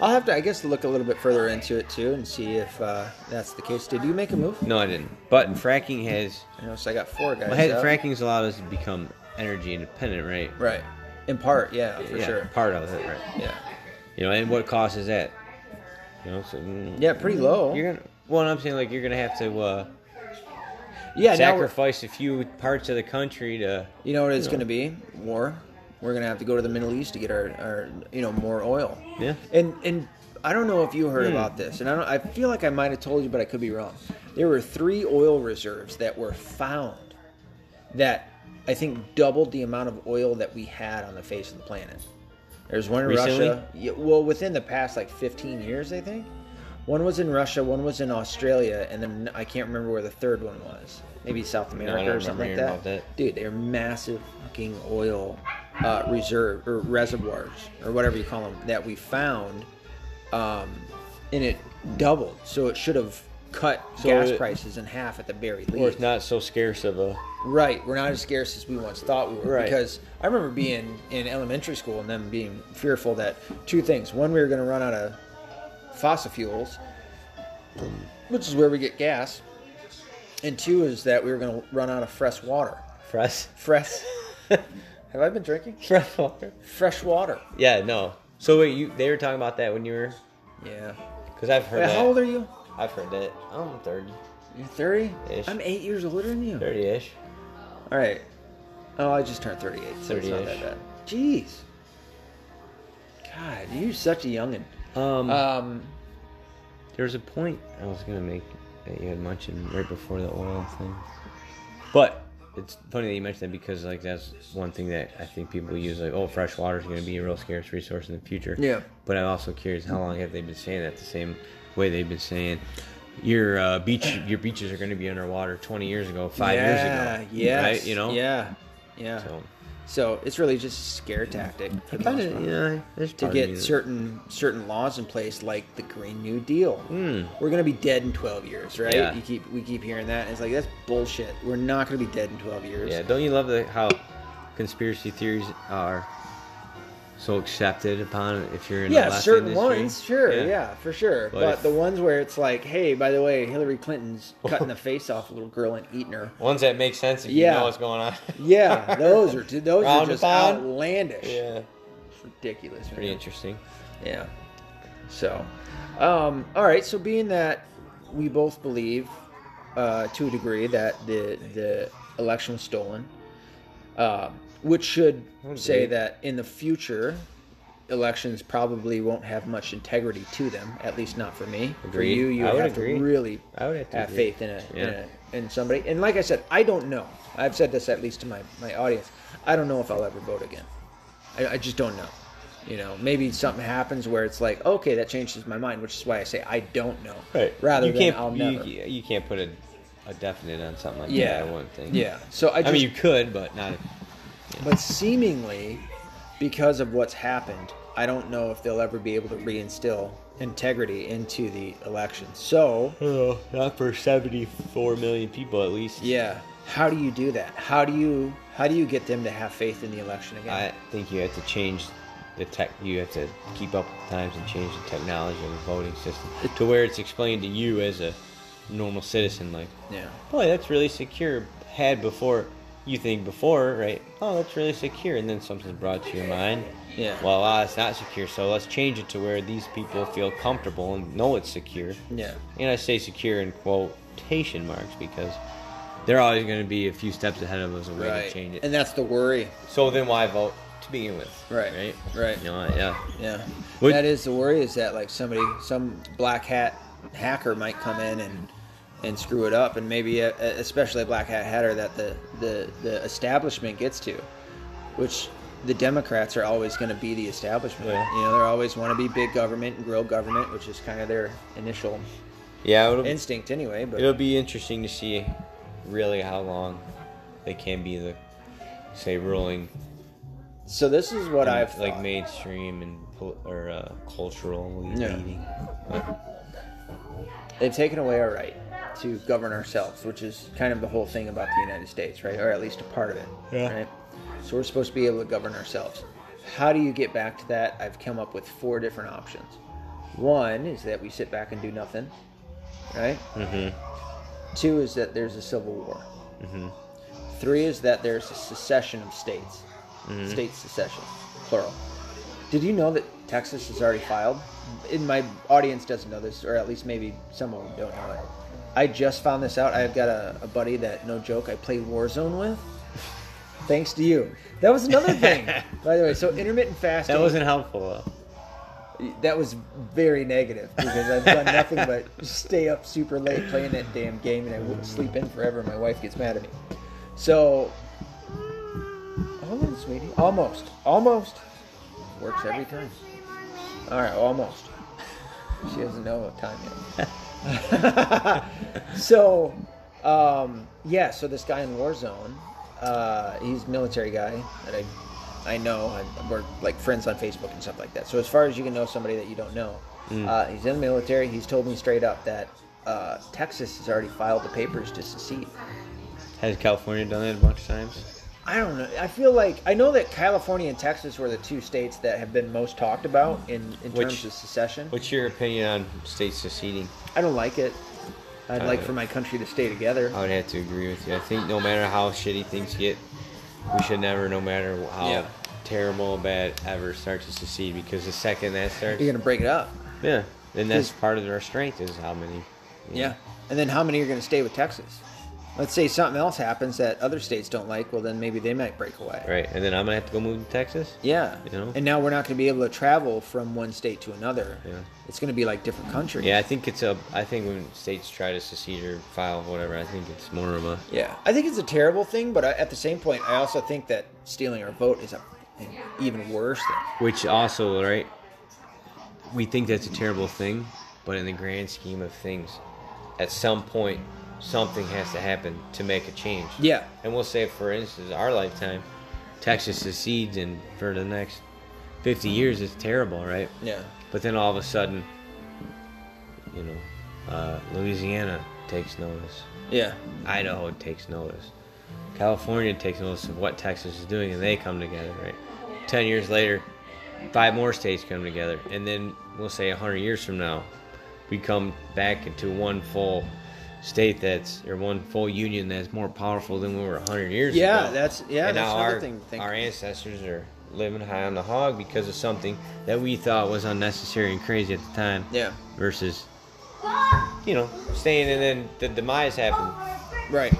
Speaker 1: I'll have to, I guess, look a little bit further into it too and see if uh, that's the case. Did you make a move?
Speaker 2: No, I didn't. But fracking has
Speaker 1: You know, so I got four guys.
Speaker 2: well, has-
Speaker 1: out.
Speaker 2: fracking's allowed us to become energy independent, right?
Speaker 1: Right. In part, yeah, for
Speaker 2: yeah,
Speaker 1: sure.
Speaker 2: Part of it, right?
Speaker 1: Yeah.
Speaker 2: You know, and what cost is that? You know, so mm,
Speaker 1: Yeah, pretty low.
Speaker 2: You're gonna. Well, I'm saying like you're gonna have to uh,
Speaker 1: yeah, now we're-
Speaker 2: sacrifice a few parts of the country to.
Speaker 1: You know what it's going to be? War. We're going to have to go to the Middle East to get our, our you know, more oil.
Speaker 2: Yeah.
Speaker 1: And and I don't know if you heard about this, and I don't. I feel like I might have told you, but I could be wrong. There were three oil reserves that were found that I think doubled the amount of oil that we had on the face of the planet. There's one in
Speaker 2: Recently?
Speaker 1: Russia. Yeah, well, within the past like 15 years, I think. One was in Russia, one was in Australia, and then I can't remember where the third one was. Maybe South America.
Speaker 2: I don't
Speaker 1: America or something like
Speaker 2: remember
Speaker 1: that.
Speaker 2: hearing about
Speaker 1: Dude, they're massive fucking oil uh, reserve or reservoirs or whatever you call them that we found, um, and it doubled. So it should have cut
Speaker 2: So
Speaker 1: gas
Speaker 2: it-
Speaker 1: prices in half at the very
Speaker 2: Or it's
Speaker 1: least.
Speaker 2: not so scarce of a.
Speaker 1: Right, we're not as scarce as we once thought we were.
Speaker 2: Right.
Speaker 1: Because I remember being in elementary school and them being fearful that two things: one, we were going to run out of fossil fuels, which is where we get gas, and two is that we were going to run out of fresh water.
Speaker 2: *laughs* Fresh.
Speaker 1: Fresh. Have I been drinking
Speaker 2: Fresh water.
Speaker 1: fresh water?
Speaker 2: Yeah. No. So wait, you they were talking about that when you were?
Speaker 1: Yeah.
Speaker 2: Because I've heard
Speaker 1: Wait,
Speaker 2: that.
Speaker 1: how old are you?
Speaker 2: I've heard that. I'm 30,
Speaker 1: You're thirty.
Speaker 2: Ish.
Speaker 1: I'm eight years older than you.
Speaker 2: 30-ish.
Speaker 1: All right. Oh, I just turned 38, so it's not
Speaker 2: 30-ish.
Speaker 1: that bad. Jeez. God, you're such a youngin.
Speaker 2: Um,
Speaker 1: Um,
Speaker 2: there was a point I was gonna make that you had mentioned right before the oil thing, but it's funny that you mentioned that because like that's one thing that I think people use like oh fresh water is gonna be a real scarce resource in the future.
Speaker 1: Yeah.
Speaker 2: But I'm also curious how long have they been saying that the same way they've been saying your uh, beach your beaches are gonna be underwater 20 years ago, five
Speaker 1: yeah,
Speaker 2: years ago,
Speaker 1: yes,
Speaker 2: right? You know,
Speaker 1: Yeah, yeah. So,
Speaker 2: So
Speaker 1: it's really just a scare tactic for the
Speaker 2: kind
Speaker 1: most
Speaker 2: of
Speaker 1: part,
Speaker 2: yeah, there's
Speaker 1: to
Speaker 2: part of me
Speaker 1: get
Speaker 2: that-
Speaker 1: certain certain laws in place, like the Green New Deal. We're gonna be dead in 12 years, right?
Speaker 2: Hmm. Yeah.
Speaker 1: You keep we keep hearing that. And it's like that's bullshit. We're not gonna be dead in 12 years.
Speaker 2: Yeah, don't you love the how conspiracy theories are So accepted upon if you're in the
Speaker 1: yeah,
Speaker 2: less
Speaker 1: certain
Speaker 2: industry.
Speaker 1: ones, sure, yeah. for sure.
Speaker 2: But
Speaker 1: But,
Speaker 2: if-
Speaker 1: the ones where it's like, hey, by the way, Hillary
Speaker 2: *laughs*
Speaker 1: Clinton's cutting the face off a little girl and eating her.
Speaker 2: Ones that make sense if you
Speaker 1: Yeah.
Speaker 2: know what's going on. *laughs*
Speaker 1: Yeah, those are those are
Speaker 2: Round
Speaker 1: just
Speaker 2: upon.
Speaker 1: outlandish.
Speaker 2: yeah.
Speaker 1: It's ridiculous.
Speaker 2: Pretty
Speaker 1: man.
Speaker 2: interesting.
Speaker 1: Yeah. So, um, all right. So, being that we both believe, uh, to a degree, that the the election was stolen, um, which should say
Speaker 2: Agreed.
Speaker 1: that in the future, elections probably won't have much integrity to them. At least not for me. For
Speaker 2: Agreed.
Speaker 1: you, you
Speaker 2: I would
Speaker 1: have
Speaker 2: agree.
Speaker 1: to really
Speaker 2: I would have to agree.
Speaker 1: faith in a, in
Speaker 2: Yeah.
Speaker 1: a in somebody. And like I said, I don't know. I've said this at least to my my audience. I don't know if I'll ever vote again. I, I just don't know. You know, maybe something happens where it's like, okay, that changes my mind, which is why I say I don't know. Rather
Speaker 2: you
Speaker 1: than
Speaker 2: can't,
Speaker 1: I'll
Speaker 2: you,
Speaker 1: never.
Speaker 2: You, can't put a, a definite on something like
Speaker 1: yeah.
Speaker 2: that. I wouldn't think.
Speaker 1: Yeah. So I
Speaker 2: I
Speaker 1: just,
Speaker 2: mean, you could, but not. If,
Speaker 1: but seemingly, because of what's happened, I don't know if they'll ever be able to reinstill integrity into the election. So
Speaker 2: oh, not for seventy-four million people at least.
Speaker 1: Yeah. How do you do that? How do you how do you get them to have faith in the election again?
Speaker 2: I think you have to change the tech. You have to keep up with the times and change the technology of the voting system to where it's explained to you as a normal citizen. Like,
Speaker 1: yeah.
Speaker 2: boy, that's really secure. Had before you think before, right? Oh, that's really secure, and then something's brought to your mind.
Speaker 1: Yeah.
Speaker 2: Well, ah, it's not secure, so let's change it to where these people feel comfortable and know it's secure.
Speaker 1: Yeah.
Speaker 2: And I say secure in quotation marks because they're always going to be a few steps ahead of us a way to
Speaker 1: Right.
Speaker 2: change it.
Speaker 1: And that's the worry.
Speaker 2: So then why vote to begin with?
Speaker 1: Right,
Speaker 2: Right.
Speaker 1: right.
Speaker 2: You know, yeah.
Speaker 1: Yeah.
Speaker 2: Would-
Speaker 1: that is the worry is that like somebody some black hat hacker might come in and and screw it up and maybe uh especially a black hat hatter that the the the establishment gets to which the Democrats are always going to be the establishment.
Speaker 2: Yeah.
Speaker 1: You know, they're always want to be big government and grill government, which is kind of their initial
Speaker 2: Yeah. It'll,
Speaker 1: instinct anyway. But
Speaker 2: it'll be interesting to see really how long they can be the say ruling
Speaker 1: so this is what
Speaker 2: and,
Speaker 1: I've
Speaker 2: like
Speaker 1: thought.
Speaker 2: mainstream and pol- or uh, cultural
Speaker 1: Yeah.
Speaker 2: leading. Uh,
Speaker 1: they've taken away our right to govern ourselves, which is kind of the whole thing about the United States, right? Or at least a part of it.
Speaker 2: Yeah.
Speaker 1: Right? So we're supposed to be able to govern ourselves. How do you get back to that? I've come up with four different options. One is that we sit back and do nothing, right? Two is that there's a civil war. Three is that there's a secession of states, state secession, plural. Did you know that Texas has already filed? In my audience doesn't know this, or at least maybe some of them don't know it. I just found this out. I've got a, a buddy that, no joke, I play Warzone with. Thanks to you. That was another thing, by the way. So intermittent fasting.
Speaker 2: That wasn't helpful though.
Speaker 1: That was very negative because I've done nothing but stay up super late playing that damn game, and I wouldn't sleep in forever. And my wife gets mad at me. So, hold on, sweetie. Almost, almost works every time. All right, almost. She doesn't know what time yet. so, um, yeah. So this guy in Warzone, uh, he's a military guy that I, I know. I, we're like friends on Facebook and stuff like that. So as far as you can know somebody that you don't know,
Speaker 2: Mm.
Speaker 1: uh, he's in the military. He's told me straight up that uh, Texas has already filed the papers to secede.
Speaker 2: Has California done that a bunch of times?
Speaker 1: I don't know. I feel like I know that California and Texas were the two states that have been most talked about in, in
Speaker 2: Which-
Speaker 1: terms of secession.
Speaker 2: What's your opinion on states seceding?
Speaker 1: I don't like it. I'd
Speaker 2: Uh,
Speaker 1: like for my country to stay together.
Speaker 2: I would have to agree with you. I think no matter how shitty things get, we should never, no matter how
Speaker 1: Yeah.
Speaker 2: terrible, bad, ever start to secede because the second that starts,
Speaker 1: You're gonna break it up.
Speaker 2: yeah, then that's
Speaker 1: Cause-
Speaker 2: part of our strength is how many. you know.
Speaker 1: And then how many are gonna stay with Texas? Let's say something else happens that other states don't like. Well, then maybe they might break away.
Speaker 2: Right, and then I'm gonna have to go move to Texas.
Speaker 1: Yeah.
Speaker 2: You know?
Speaker 1: And now we're not gonna be able to travel from one state to another.
Speaker 2: Yeah.
Speaker 1: It's gonna be like different countries.
Speaker 2: Yeah, I think it's a. I think when states try to secede or file whatever, I think it's more of a.
Speaker 1: Yeah, I think it's a terrible thing, but I, at the same point, I also think that stealing our vote is a, an even worse thing.
Speaker 2: Which also, right? We think that's a terrible thing, but in the grand scheme of things, at some point, something has to happen to make a change.
Speaker 1: Yeah,
Speaker 2: And we'll say, for instance, our lifetime, Texas secedes, and for the next 50 years, it's terrible, right?
Speaker 1: yeah,
Speaker 2: But then all of a sudden, you know, uh, Louisiana takes notice,
Speaker 1: yeah,
Speaker 2: Idaho takes notice, California takes notice of what Texas is doing, and they come together, right? 10 years later, five more states come together, and then we'll say hundred years from now, we come back into one full state that's or one full union that's more powerful than we were hundred years
Speaker 1: Yeah,
Speaker 2: ago.
Speaker 1: that's- yeah,
Speaker 2: And
Speaker 1: that's
Speaker 2: now
Speaker 1: another
Speaker 2: our,
Speaker 1: thing to think
Speaker 2: our
Speaker 1: about.
Speaker 2: ancestors are living high on the hog because of something that we thought was unnecessary and crazy at the time.
Speaker 1: Yeah.
Speaker 2: Versus, you know, staying and then the demise happened.
Speaker 1: Right.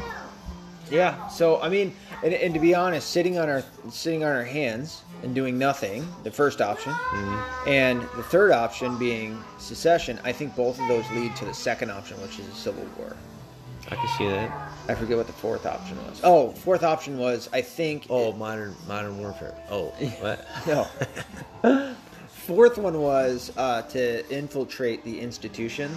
Speaker 1: Yeah. So I mean, and, and to be honest, sitting on our sitting on our hands and doing nothing, the first option, and the third option being secession. I think both of those lead to the second option, which is a civil war.
Speaker 2: I can see that.
Speaker 1: I forget what the fourth option was. Oh, fourth option was I think.
Speaker 2: Oh, modern modern warfare. *laughs* Oh, what?
Speaker 1: No. *laughs* Fourth one was uh, to infiltrate the institutions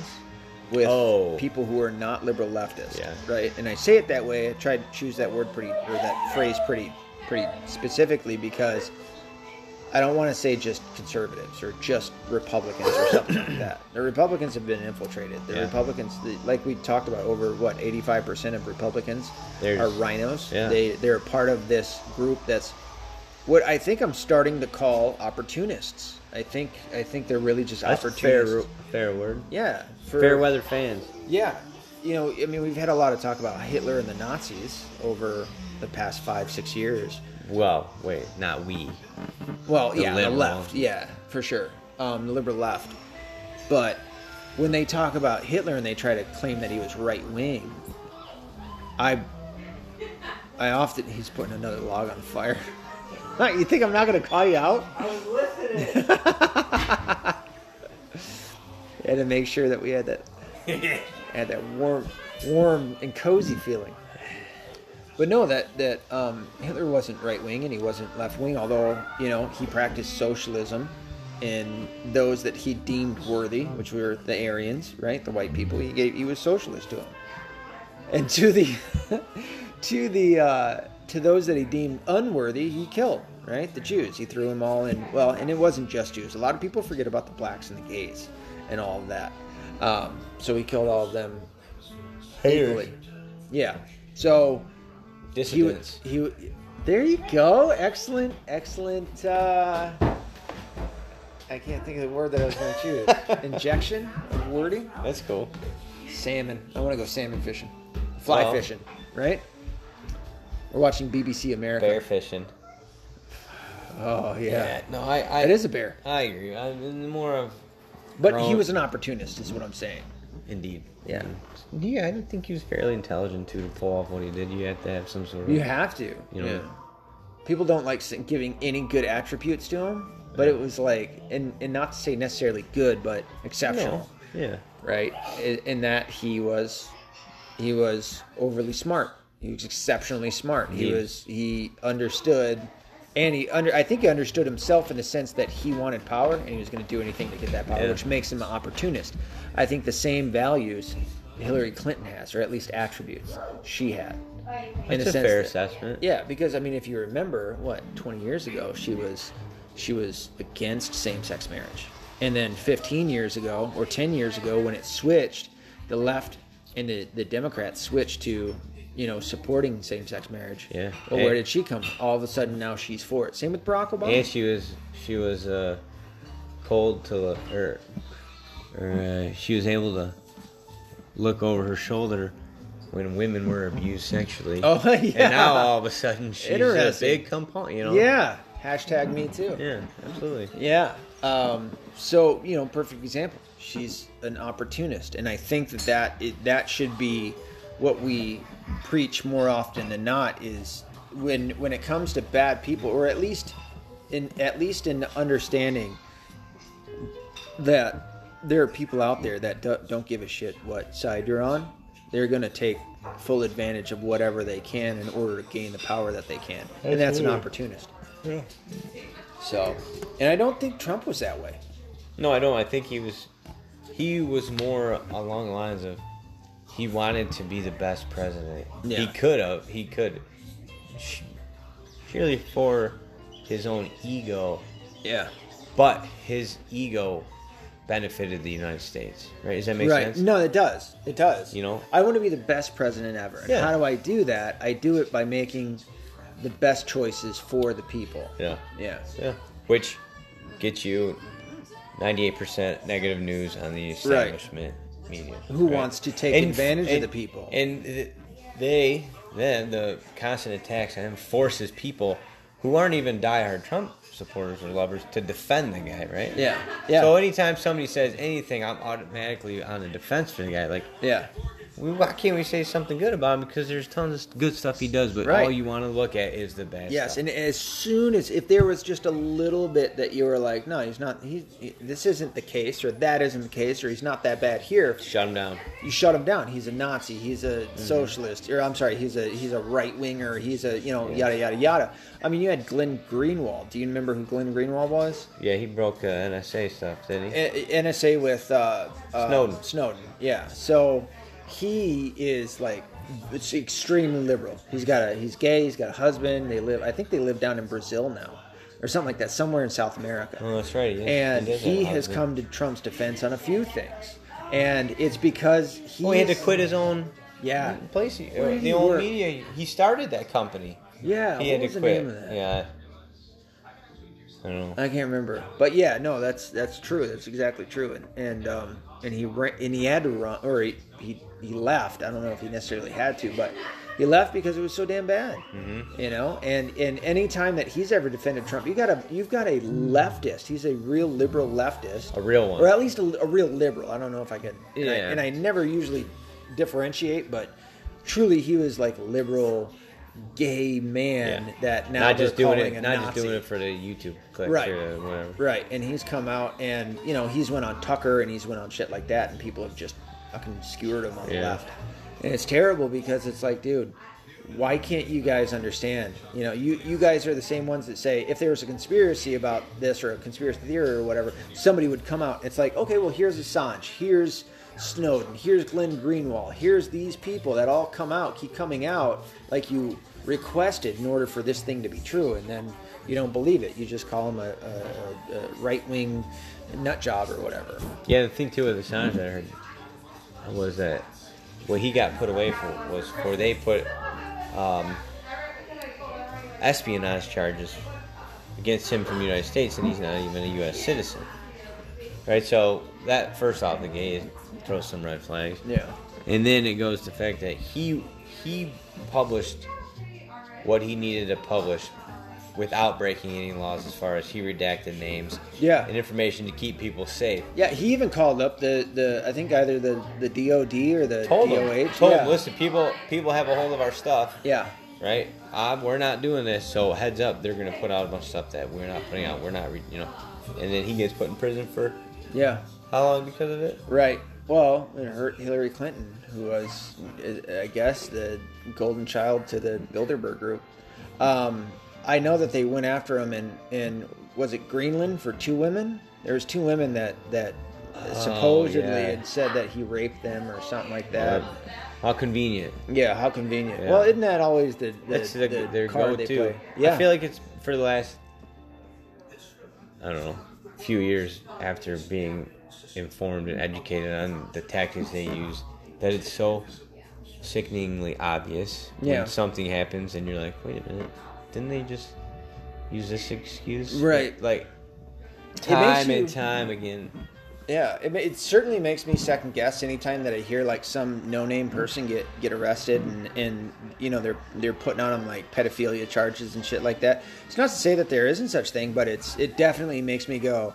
Speaker 1: with
Speaker 2: Oh.
Speaker 1: people who are not liberal leftists.
Speaker 2: Yeah.
Speaker 1: Right. And I say it that way. I tried to choose that word pretty or that phrase pretty pretty specifically because I don't want to say just conservatives or just Republicans or something like
Speaker 2: *coughs*
Speaker 1: that. The Republicans have been infiltrated. The
Speaker 2: Yeah.
Speaker 1: Republicans, the, like we talked about, over what eighty five percent of Republicans
Speaker 2: There's-
Speaker 1: are rhinos.
Speaker 2: Yeah.
Speaker 1: They they're part of this group that's what I think I'm starting to call opportunists. I think I think they're really just
Speaker 2: That's a fair,
Speaker 1: opportunists.
Speaker 2: fair word.
Speaker 1: Yeah, for,
Speaker 2: Fair weather fans.
Speaker 1: Yeah, you know, I mean, we've had a lot of talk about Hitler and the Nazis over the past five six years.
Speaker 2: Well, wait, not we.
Speaker 1: Well,
Speaker 2: The
Speaker 1: yeah,
Speaker 2: liberal.
Speaker 1: the left, yeah, for sure, um, the liberal left. But when they talk about Hitler and they try to claim that he was right wing, I, I often he's putting another log on the fire. *laughs* you think I'm not going to call you out? I was *laughs* listening. had to make sure that we had *laughs* that, had that warm, warm and cozy feeling. But no, that that um, Hitler wasn't right wing and he wasn't left wing. Although you know he practiced socialism, and those that he deemed worthy, which were the Aryans, right, the white people, he gave he was socialist to them, and to the *laughs* to the uh, to those that he deemed unworthy, he killed. Right, the Jews. He threw them all in. Well, and it wasn't just Jews. A lot of people forget about the blacks and the gays and all of that. Um, so he killed all of them. equally. Yeah. So he would
Speaker 2: Dissidents.
Speaker 1: he would there you go excellent excellent uh i can't think of the word that i was going to
Speaker 2: *laughs*
Speaker 1: choose injection of wording
Speaker 2: That's *laughs* cool.
Speaker 1: salmon i want to go salmon fishing fly
Speaker 2: Well-
Speaker 1: fishing right we're watching bbc america
Speaker 2: Bear fishing.
Speaker 1: oh yeah,
Speaker 2: no, I, I.
Speaker 1: it is a bear
Speaker 2: I agree. I'm in more of.
Speaker 1: but he
Speaker 2: Wrong.
Speaker 1: was an opportunist is what i'm saying
Speaker 2: Indeed.
Speaker 1: yeah
Speaker 2: Yeah, I didn't think he was fairly intelligent too to pull off what he did. You have to have some sort of.
Speaker 1: you have to
Speaker 2: You know.
Speaker 1: yeah people don't like s- giving any good attributes to him but it was like and, and not to say necessarily good but exceptional
Speaker 2: No. Yeah.
Speaker 1: right? I- In that he was, he was overly smart. He was exceptionally smart. He
Speaker 2: Indeed.
Speaker 1: was he understood, and he under. I think he understood himself in the sense that he wanted power and he was going to do anything to get that power,
Speaker 2: Yeah.
Speaker 1: which makes him an opportunist. I think the same values Hillary Clinton has, or at least attributes she had. In
Speaker 2: It's
Speaker 1: the
Speaker 2: a
Speaker 1: sense
Speaker 2: fair
Speaker 1: that-
Speaker 2: assessment.
Speaker 1: yeah, because I mean, if you remember, what twenty years ago she was, she was against same-sex marriage, and then fifteen years ago or ten years ago when it switched, the left and the, the Democrats switched to, you know, supporting same-sex marriage.
Speaker 2: Yeah.
Speaker 1: Well, where
Speaker 2: And-
Speaker 1: did she come? from? All of a sudden now she's for it. Same with Barack Obama.
Speaker 2: And she was she was uh, cold to the or or uh, she was able to look over her shoulder when women were abused sexually.
Speaker 1: Oh, *laughs* yeah.
Speaker 2: And now uh, all of a sudden she's a
Speaker 1: Interesting.
Speaker 2: big component. You know.
Speaker 1: yeah. Hashtag me too.
Speaker 2: Yeah. Absolutely.
Speaker 1: Yeah. Um, so you know, perfect example. She's an opportunist, and I think that that it, that should be what we preach more often than not. Is when when it comes to bad people, or at least in at least in understanding that there are people out there that do, don't give a shit what side you're on. They're gonna take full advantage of whatever they can in order to gain the power that they can, and that's an
Speaker 2: Absolutely.
Speaker 1: opportunist. So, and I don't think Trump was that way.
Speaker 2: No, I don't. I think he was he was more along the lines of he wanted to be the best president.
Speaker 1: Yeah.
Speaker 2: He could have. He could. Sh- Surely for his own ego,
Speaker 1: Yeah.
Speaker 2: but his ego benefited the United States. Right? Does that make
Speaker 1: right.
Speaker 2: sense?
Speaker 1: No, it does. It does.
Speaker 2: You know?
Speaker 1: I want to be the best president ever. And
Speaker 2: Yeah.
Speaker 1: how do I do that? I do it by making the best choices for the people.
Speaker 2: Yeah.
Speaker 1: Yeah.
Speaker 2: Yeah. Which get you 98% negative news on the establishment media.
Speaker 1: Who wants to take advantage of the people.
Speaker 2: And th- they, then the constant attacks on him forces people who aren't even diehard Trump supporters or lovers to defend the guy, right?
Speaker 1: Yeah. Yeah.
Speaker 2: So anytime somebody says anything, I'm automatically on the defense for the guy. Like,
Speaker 1: yeah.
Speaker 2: we, why can't we say something good about him? Because there's tons of good stuff he does, but
Speaker 1: Right.
Speaker 2: all you want to look at is the bad
Speaker 1: Yes,
Speaker 2: stuff.
Speaker 1: and as soon as if there was just a little bit that you were like, no, he's not. He, he- this isn't the case, or that isn't the case, or he's not that bad here.
Speaker 2: Shut him down.
Speaker 1: You shut him down. He's a Nazi. He's a
Speaker 2: Mm-hmm.
Speaker 1: socialist. Or I'm sorry, he's a he's a right winger. He's a you know yada yada yada. I mean, you had Glenn Greenwald. Do you remember who Glenn Greenwald was?
Speaker 2: Yeah, he broke uh, NSA stuff, didn't he?
Speaker 1: A- NSA with uh, uh,
Speaker 2: Snowden.
Speaker 1: Snowden, yeah. So he is like it's extremely liberal. He's got a he's gay. He's got a husband. They live. I think they live down in Brazil now, or something like that, somewhere in South America.
Speaker 2: Oh, that's right.
Speaker 1: and
Speaker 2: did
Speaker 1: he
Speaker 2: that,
Speaker 1: has
Speaker 2: obviously.
Speaker 1: come to Trump's defense on a few things, and it's because he
Speaker 2: Well, Oh, he had to quit his own
Speaker 1: Yeah,
Speaker 2: place. he-
Speaker 1: Where did
Speaker 2: the
Speaker 1: he
Speaker 2: old
Speaker 1: work?
Speaker 2: media. He started that company.
Speaker 1: yeah. what
Speaker 2: he had
Speaker 1: was
Speaker 2: to
Speaker 1: the
Speaker 2: quit.
Speaker 1: name of that?
Speaker 2: Yeah. I don't know.
Speaker 1: I can't remember, but yeah, no, that's that's true. That's exactly true. And and um, and he ran, and he had to run, or he, he he left. I don't know if he necessarily had to, but he left because it was so damn bad,
Speaker 2: Mm-hmm.
Speaker 1: you know. And and any time that he's ever defended Trump, you got a you've got a leftist. He's a real liberal leftist,
Speaker 2: A real one.
Speaker 1: or at least a, a real liberal. I don't know if I could, and, I,
Speaker 2: Yeah.
Speaker 1: and I never usually differentiate, but truly he was like liberal. Gay man
Speaker 2: Yeah.
Speaker 1: that now
Speaker 2: not just
Speaker 1: they're
Speaker 2: doing
Speaker 1: calling
Speaker 2: it.
Speaker 1: a
Speaker 2: Not
Speaker 1: Nazi.
Speaker 2: just doing it for the YouTube clicks
Speaker 1: Right.
Speaker 2: or whatever.
Speaker 1: Right, and he's come out and you know he's went on Tucker and he's went on shit like that, and people have just fucking skewered him on the
Speaker 2: Yeah.
Speaker 1: left, and it's terrible because it's like, dude, why can't you guys understand? You know, you you guys are the same ones that say if there was a conspiracy about this or a conspiracy theory or whatever, somebody would come out. It's like, okay, well here's Assange, here's Snowden, here's Glenn Greenwald, here's these people that all come out, keep coming out like you requested in order for this thing to be true, and then you don't believe it. You just call him a, a, a, a right wing nut job or whatever.
Speaker 2: Yeah, the thing too with Assange that I heard was that what he got put away for was for they put um, espionage charges against him from the United States, and he's not even a U.S. citizen. Right, so that first off the gate throws some red flags.
Speaker 1: Yeah.
Speaker 2: And then it goes to the fact that he he published what he needed to publish without breaking any laws as far as he redacted names
Speaker 1: Yeah.
Speaker 2: and information to keep people safe.
Speaker 1: Yeah, he even called up the, the I think either the, the DOD or the
Speaker 2: Told
Speaker 1: DOH.
Speaker 2: them, told
Speaker 1: yeah.
Speaker 2: them, listen, people people have a hold of our stuff,
Speaker 1: Yeah.
Speaker 2: right? Uh, we're not doing this, so heads up, they're gonna put out a bunch of stuff that we're not putting out. We're not, re- you know. And then he gets put in prison for
Speaker 1: Yeah.
Speaker 2: how long because of it?
Speaker 1: Right. Well, it hurt Hillary Clinton, who was, uh, I guess, the golden child to the Bilderberg group. Um, I know that they went after him in, in was it Greenland for two women? There was two women that that supposedly
Speaker 2: Oh, yeah.
Speaker 1: had said that he raped them or something like that.
Speaker 2: How convenient.
Speaker 1: Yeah, how convenient.
Speaker 2: Yeah.
Speaker 1: Well, isn't that always the the,
Speaker 2: That's
Speaker 1: the,
Speaker 2: the, their
Speaker 1: card
Speaker 2: go-to.
Speaker 1: they play? Yeah,
Speaker 2: I feel like it's for the last I don't know few years after being informed and educated on the tactics they use that it's so sickeningly obvious
Speaker 1: Yeah.
Speaker 2: when something happens and you're like, wait a minute, didn't they just use this excuse?
Speaker 1: Right.
Speaker 2: Like
Speaker 1: makes
Speaker 2: time
Speaker 1: you-
Speaker 2: and time again.
Speaker 1: yeah. It, ma- it certainly makes me second guess anytime that I hear like some no name person get get arrested and and you know they're they're putting on them like pedophilia charges and shit like that. It's not to say that there isn't such thing, but it's it definitely makes me go,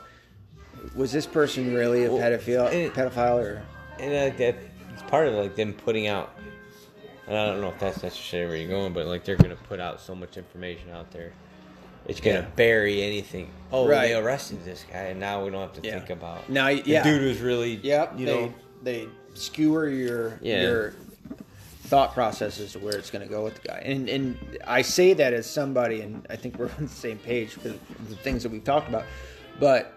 Speaker 1: was this person really a
Speaker 2: Well,
Speaker 1: pedophile?
Speaker 2: it-
Speaker 1: pedophile or
Speaker 2: And like that, it's part of like them putting out. And I don't know if that's necessarily where you're going, but like they're gonna put out so much information out there, it's gonna
Speaker 1: Yeah.
Speaker 2: bury anything. Oh,
Speaker 1: Right.
Speaker 2: they arrested this guy, and now we don't have to
Speaker 1: Yeah.
Speaker 2: think about.
Speaker 1: Now,
Speaker 2: the
Speaker 1: yeah.
Speaker 2: dude was really.
Speaker 1: Yep.
Speaker 2: you
Speaker 1: they,
Speaker 2: know.
Speaker 1: they skewer your
Speaker 2: Yeah.
Speaker 1: your thought process as to where it's going to go with the guy. And and I say that as somebody, and I think we're *laughs* on the same page with the things that we've talked about, but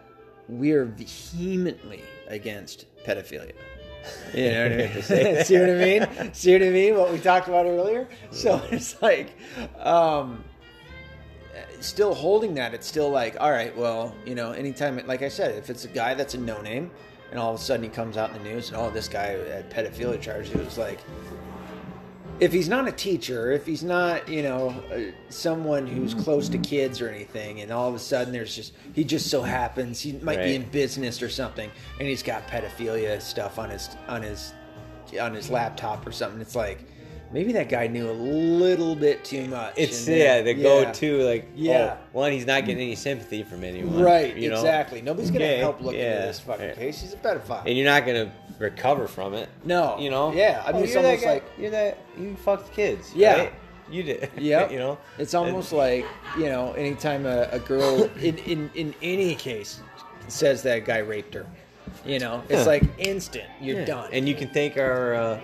Speaker 1: we are vehemently against pedophilia. You know what I *laughs* mean? See what I mean? See what I mean? What we talked about earlier. So it's like, um, still holding that, it's still like, all right, well, you know, anytime, like I said, if it's a guy that's a no name and all of a sudden he comes out in the news and, oh, this guy had pedophilia charges, it was like, if he's not a teacher, if he's not, you know, uh, someone who's
Speaker 2: Mm-hmm.
Speaker 1: close to kids or anything, and all of a sudden there's just, he just so happens, he might be
Speaker 2: Right.
Speaker 1: in business or something, and he's got pedophilia stuff on his, on his, on his laptop or something. It's like, maybe that guy knew a little bit too much.
Speaker 2: It's
Speaker 1: and
Speaker 2: yeah,
Speaker 1: then-
Speaker 2: the go-to like
Speaker 1: Yeah.
Speaker 2: yeah. Oh, one, he's not getting any sympathy from anyone,
Speaker 1: Right,
Speaker 2: You know?
Speaker 1: exactly. Nobody's gonna
Speaker 2: Yeah,
Speaker 1: help look into
Speaker 2: yeah,
Speaker 1: this fucking
Speaker 2: yeah.
Speaker 1: case. He's a pedophile.
Speaker 2: and you're not gonna recover from it.
Speaker 1: No,
Speaker 2: you know.
Speaker 1: yeah, I mean,
Speaker 2: Oh,
Speaker 1: it's
Speaker 2: you're that
Speaker 1: almost
Speaker 2: guy-
Speaker 1: like-
Speaker 2: you're that you fucked kids.
Speaker 1: Yeah.
Speaker 2: right? you did. *laughs*
Speaker 1: Yep.
Speaker 2: you know,
Speaker 1: it's almost like you know, anytime a, a girl
Speaker 2: *laughs*
Speaker 1: in, in in any case says that guy raped her, you know, it's
Speaker 2: Yeah.
Speaker 1: like instant. You're done.
Speaker 2: And you can thank our uh,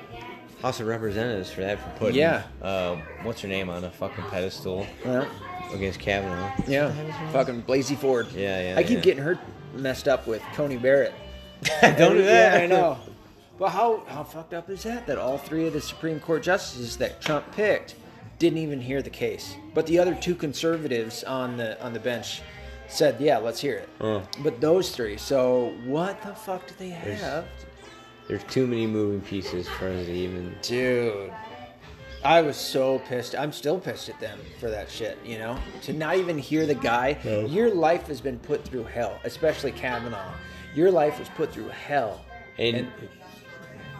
Speaker 2: House of Representatives for that for putting
Speaker 1: Yeah.
Speaker 2: uh, what's her name on a fucking pedestal
Speaker 1: Well,
Speaker 2: against Kavanaugh.
Speaker 1: yeah, fucking Blasey Ford.
Speaker 2: Yeah, yeah,
Speaker 1: I keep
Speaker 2: yeah.
Speaker 1: getting her messed up with Coney Barrett.
Speaker 2: *laughs* Don't do that.
Speaker 1: Yeah, I know. But how how fucked up is that? That all three of the Supreme Court justices that Trump picked didn't even hear the case, but the other two conservatives on the on the bench said, "Yeah, let's hear it."
Speaker 2: Oh.
Speaker 1: But those three. So what the fuck do they
Speaker 2: There's-
Speaker 1: have,
Speaker 2: There's too many moving pieces for us to even.
Speaker 1: dude? I was so pissed. I'm still pissed at them for that shit, you know? To not even hear the guy.
Speaker 2: No.
Speaker 1: Your life has been put through hell, especially Kavanaugh. Your life was put through hell.
Speaker 2: And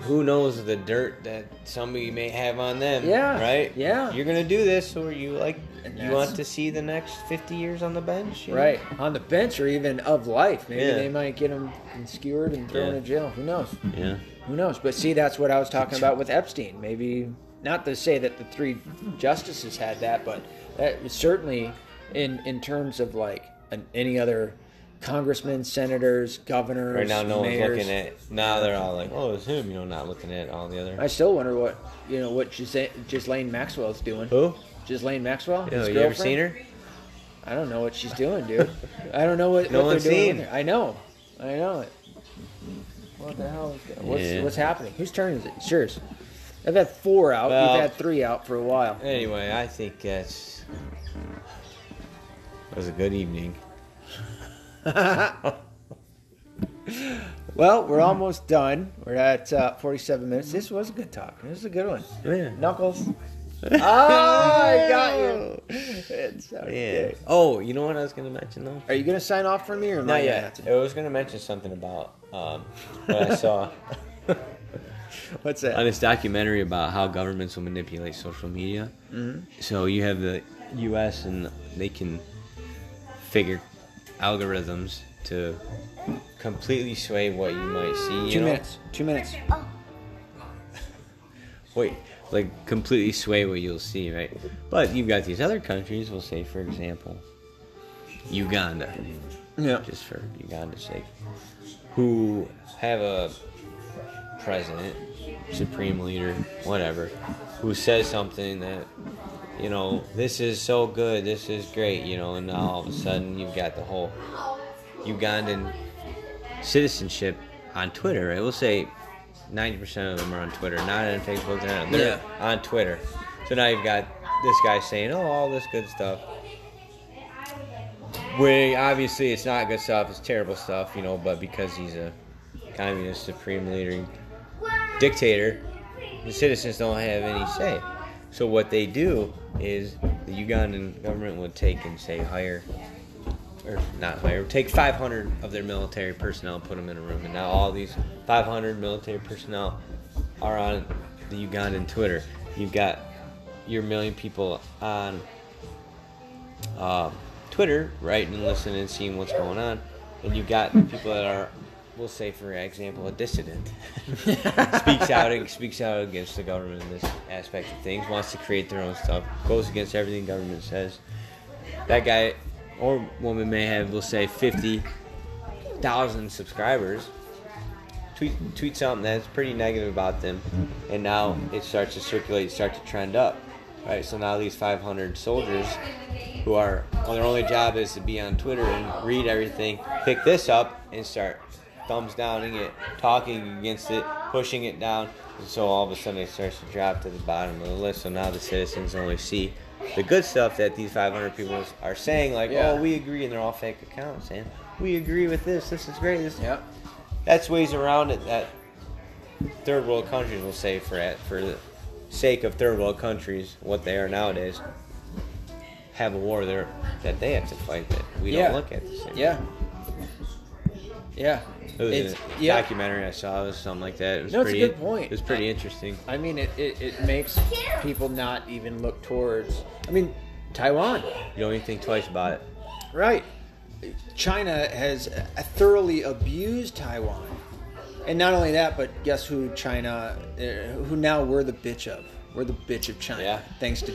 Speaker 2: who knows the dirt that somebody may have on them?
Speaker 1: Yeah,
Speaker 2: Right.
Speaker 1: yeah.
Speaker 2: You're gonna do this, or you like
Speaker 1: And
Speaker 2: you
Speaker 1: that's-
Speaker 2: want to see the next 50 years on the bench? you know?
Speaker 1: Right. On the bench or even of life. Maybe
Speaker 2: Yeah.
Speaker 1: they might get him skewered and thrown
Speaker 2: Yeah.
Speaker 1: in jail. Who knows?
Speaker 2: Yeah.
Speaker 1: Who knows? But see, that's what I was talking about with Epstein. Maybe not to say that the three justices had that, but that was certainly in in terms of like an, any other congressmen, senators, governors.
Speaker 2: Right now, no
Speaker 1: mayors.
Speaker 2: one's looking at. Now they're all like, "Oh, it's him," you know, not looking at all the other.
Speaker 1: I still wonder what you know what Ghislaine, Ghislaine Maxwell's doing.
Speaker 2: Who?
Speaker 1: Ghislaine Maxwell?
Speaker 2: Yo,
Speaker 1: his
Speaker 2: you ever
Speaker 1: girlfriend?
Speaker 2: seen her?
Speaker 1: I don't know what she's doing, dude. I don't know what,
Speaker 2: No
Speaker 1: what
Speaker 2: one's
Speaker 1: they're doing.
Speaker 2: seen.
Speaker 1: with her. I know. I know it. What the hell is that? What's,
Speaker 2: Yeah.
Speaker 1: what's happening? Whose turn is it? It's yours. I've had four out.
Speaker 2: Well-
Speaker 1: You've had three out for a while.
Speaker 2: Anyway, I think that's that was a good evening.
Speaker 1: Well, we're almost done. We're at uh, 47 minutes. This was a good talk. This is a good one.
Speaker 2: Yeah. *laughs*
Speaker 1: Knuckles. oh, I got you. It's okay.
Speaker 2: Oh, you know what I was gonna mention though?
Speaker 1: Are you going to sign off for me or am I
Speaker 2: Not
Speaker 1: gonna
Speaker 2: yet.
Speaker 1: have
Speaker 2: I was gonna mention something about um, what I saw
Speaker 1: to? What's
Speaker 2: *laughs* on
Speaker 1: that?
Speaker 2: this documentary about how governments will manipulate social media. So you have the U.S. and they can figure algorithms to completely sway what you might see. You
Speaker 1: Two
Speaker 2: know?
Speaker 1: minutes. Two minutes.
Speaker 3: Oh,
Speaker 2: wait, like completely sway what you'll see, right? But you've got these other countries. We'll say, for example, Uganda,
Speaker 1: Yeah.
Speaker 2: just for Uganda's sake, who have a president, supreme leader, whatever, who says something that. You know, this is so good, this is great, you know, and now all of a sudden you've got the whole Ugandan citizenship on Twitter, right? We'll say 90% of them are on Twitter, not on Facebook. They're, not, they're on Twitter. So now you've got this guy saying, oh, all this good stuff. We obviously it's not good stuff, it's terrible stuff, you know, but because he's a communist supreme leader dictator, the citizens don't have any say. So what they do is the Ugandan government would take and say hire or not hire, take 500 of their military personnel and put them in a room. And now all these 500 military personnel are on the Ugandan Twitter. You've got your million people on um, Twitter, right, and listening and seeing what's going on. And you've got people that are, we'll say, for example, a dissident. *laughs* speaks out speaks out against the government in this aspect of things, wants to create their own stuff, goes against everything government says. That guy or woman may have, we'll say, 50,000 subscribers. Tweet, tweet something that's pretty negative about them, and now it starts to circulate, start to trend up. Right, so now these 500 soldiers who are well, their only job is to be on Twitter and read everything, pick this up and start thumbs downing it, talking against it, pushing it down, and so all of a sudden it starts to drop to the bottom of the list. So now the citizens only see the good stuff that these 500 people are saying, like,
Speaker 1: Yeah.
Speaker 2: "Oh, we agree," and they're all fake accounts, and we agree with this. This is great. This
Speaker 1: Yeah.
Speaker 2: that's ways around it that third world countries will say for for the sake of third world countries, what they are nowadays, have a war there that they have to fight that we
Speaker 1: Yeah.
Speaker 2: don't look at the same.
Speaker 1: Yeah. Yeah.
Speaker 2: It was
Speaker 1: It's-
Speaker 2: a
Speaker 1: yeah.
Speaker 2: documentary I saw. It was something like that. It was
Speaker 1: No, it's a
Speaker 2: pretty,
Speaker 1: good point.
Speaker 2: It was pretty interesting.
Speaker 1: I mean, it, it, it makes people not even look towards. I mean, Taiwan,
Speaker 2: You don't even think twice about it.
Speaker 1: right? China has thoroughly abused Taiwan, and not only that, but guess who? China, uh, who now we're the bitch of. We're the bitch of China,
Speaker 2: Yeah.
Speaker 1: thanks to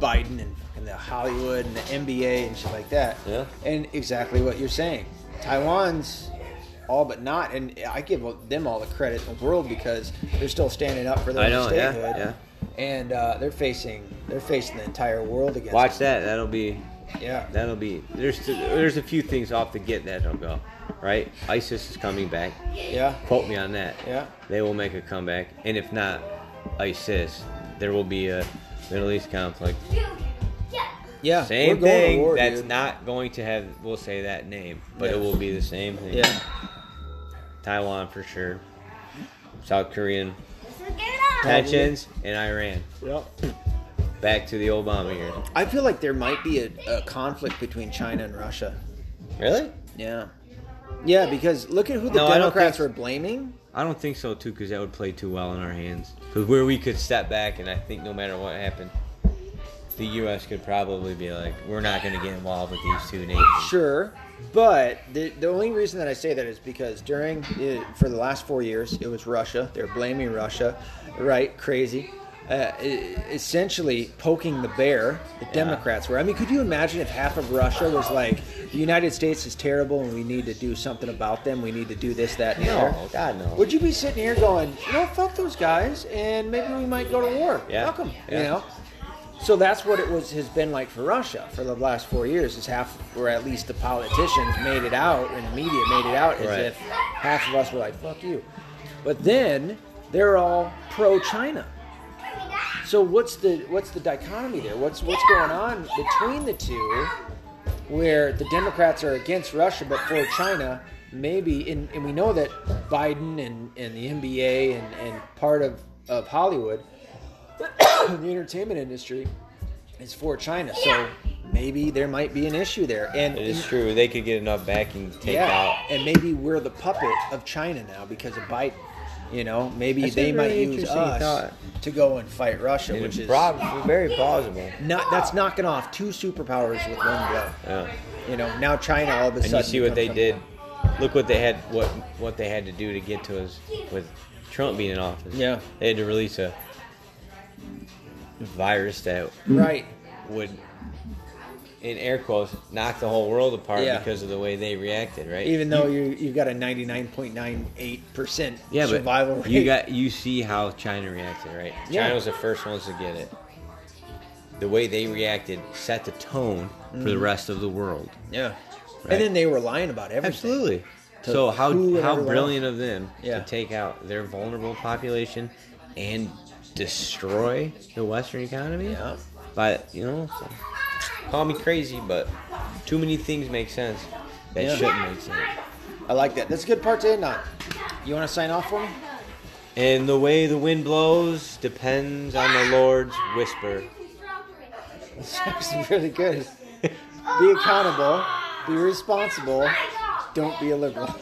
Speaker 1: Biden and, and the Hollywood and the NBA and shit like that.
Speaker 2: Yeah.
Speaker 1: And exactly what you're saying, Taiwan's all but not, and I give them all the credit in the world because they're still standing up for their
Speaker 2: I know, yeah,
Speaker 1: statehood
Speaker 2: yeah.
Speaker 1: and uh, they're facing they're facing the entire world against.
Speaker 2: Watch that. That'll be.
Speaker 1: it. yeah,
Speaker 2: That'll be. There's there's a few things off the get that'll go. Right. ISIS is coming back.
Speaker 1: yeah,
Speaker 2: Quote me on that.
Speaker 1: yeah,
Speaker 2: They will make a comeback, and if not, ISIS, there will be a Middle East conflict.
Speaker 1: yeah. We're going
Speaker 2: Same
Speaker 1: to
Speaker 2: thing.
Speaker 1: war,
Speaker 2: that's
Speaker 1: dude.
Speaker 2: not going to have. We'll say that name, but
Speaker 1: Yeah.
Speaker 2: it will be the same thing.
Speaker 1: Yeah,
Speaker 2: Taiwan for sure. South Korean
Speaker 1: Probably.
Speaker 2: tensions and Iran.
Speaker 1: yeah.
Speaker 2: Back to the Obama years.
Speaker 1: I feel like there might be a, a conflict between China and Russia.
Speaker 2: Really?
Speaker 1: Yeah, yeah, because look at who the
Speaker 2: No, I don't
Speaker 1: Democrats
Speaker 2: think-
Speaker 1: were blaming.
Speaker 2: I don't think so too, because that would play too well in our hands. Because where we could step back, and I think no matter what happened, the U.S. could probably be like, we're not going to get involved with these two nations.
Speaker 1: Sure, but the the only reason that I say that is because during the, for the last four years it was Russia. They're blaming Russia, right? Crazy. Uh, e- essentially poking the bear, the Democrats were. I mean, could you imagine if half of Russia was like, "The United States is terrible, and we need to do something about them. We need to do this, that, and the
Speaker 2: No,
Speaker 1: other."
Speaker 2: God, no.
Speaker 1: Would you be sitting here going, "You know, fuck those guys, and maybe we might go to war.
Speaker 2: Yeah,
Speaker 1: Fuck 'em,"
Speaker 2: yeah.
Speaker 1: You know. So that's what it was has been like for Russia for the last four years. Is half, or at least the politicians made it out, and the media made it out as
Speaker 2: Right.
Speaker 1: if half of us were like "fuck you," but then they're all pro-China. So what's the what's the dichotomy there? What's what's going on between the two, where the Democrats are against Russia but for China? Maybe, and, and we know that Biden and, and the NBA and, and part of, of Hollywood *coughs* the entertainment industry is for China, so maybe there might be an issue there. And
Speaker 2: It is true. They could get enough backing to take
Speaker 1: yeah,
Speaker 2: out.
Speaker 1: and maybe we're the puppet of China now because of Biden. You know, maybe
Speaker 2: That's a
Speaker 1: they might
Speaker 2: very
Speaker 1: use
Speaker 2: interesting
Speaker 1: us
Speaker 2: thought.
Speaker 1: to go and fight Russia,
Speaker 2: And
Speaker 1: which
Speaker 2: it's
Speaker 1: is
Speaker 2: prob- very plausible.
Speaker 1: not that's knocking off two superpowers with one blow.
Speaker 2: Yeah.
Speaker 1: You know, now China all of a
Speaker 2: And
Speaker 1: sudden
Speaker 2: you see what they
Speaker 1: becomes-
Speaker 2: did. Look what they had. What what they had to do to get to us with Trump being in office.
Speaker 1: Yeah.
Speaker 2: They had to release a virus that
Speaker 1: Right.
Speaker 2: would, in air quotes, knock the whole world apart
Speaker 1: Yeah.
Speaker 2: because of the way they reacted, right?
Speaker 1: Even though you you've got a ninety nine point nine eight percent
Speaker 2: yeah, but
Speaker 1: survival rate.
Speaker 2: you got you see how China reacted, right?
Speaker 1: Yeah.
Speaker 2: China was the first ones to get it. The way they reacted set the tone for
Speaker 1: Mm-hmm.
Speaker 2: the rest of the world.
Speaker 1: yeah.
Speaker 2: Right.
Speaker 1: And then they were lying about everything.
Speaker 2: Absolutely.
Speaker 1: To
Speaker 2: So how
Speaker 1: who and
Speaker 2: how
Speaker 1: everyone
Speaker 2: brilliant of them
Speaker 1: Yeah.
Speaker 2: to take out their vulnerable population and destroy the Western economy?
Speaker 1: Yeah.
Speaker 2: But you know, so- call me crazy, but too many things make sense that
Speaker 1: Yeah.
Speaker 2: shouldn't make sense.
Speaker 1: I like that. That's a good part to end on. You want to sign off for me? *laughs*
Speaker 2: And the way the wind blows depends on the Lord's whisper.
Speaker 1: That's really good. Be accountable. Be responsible. Don't be a liberal.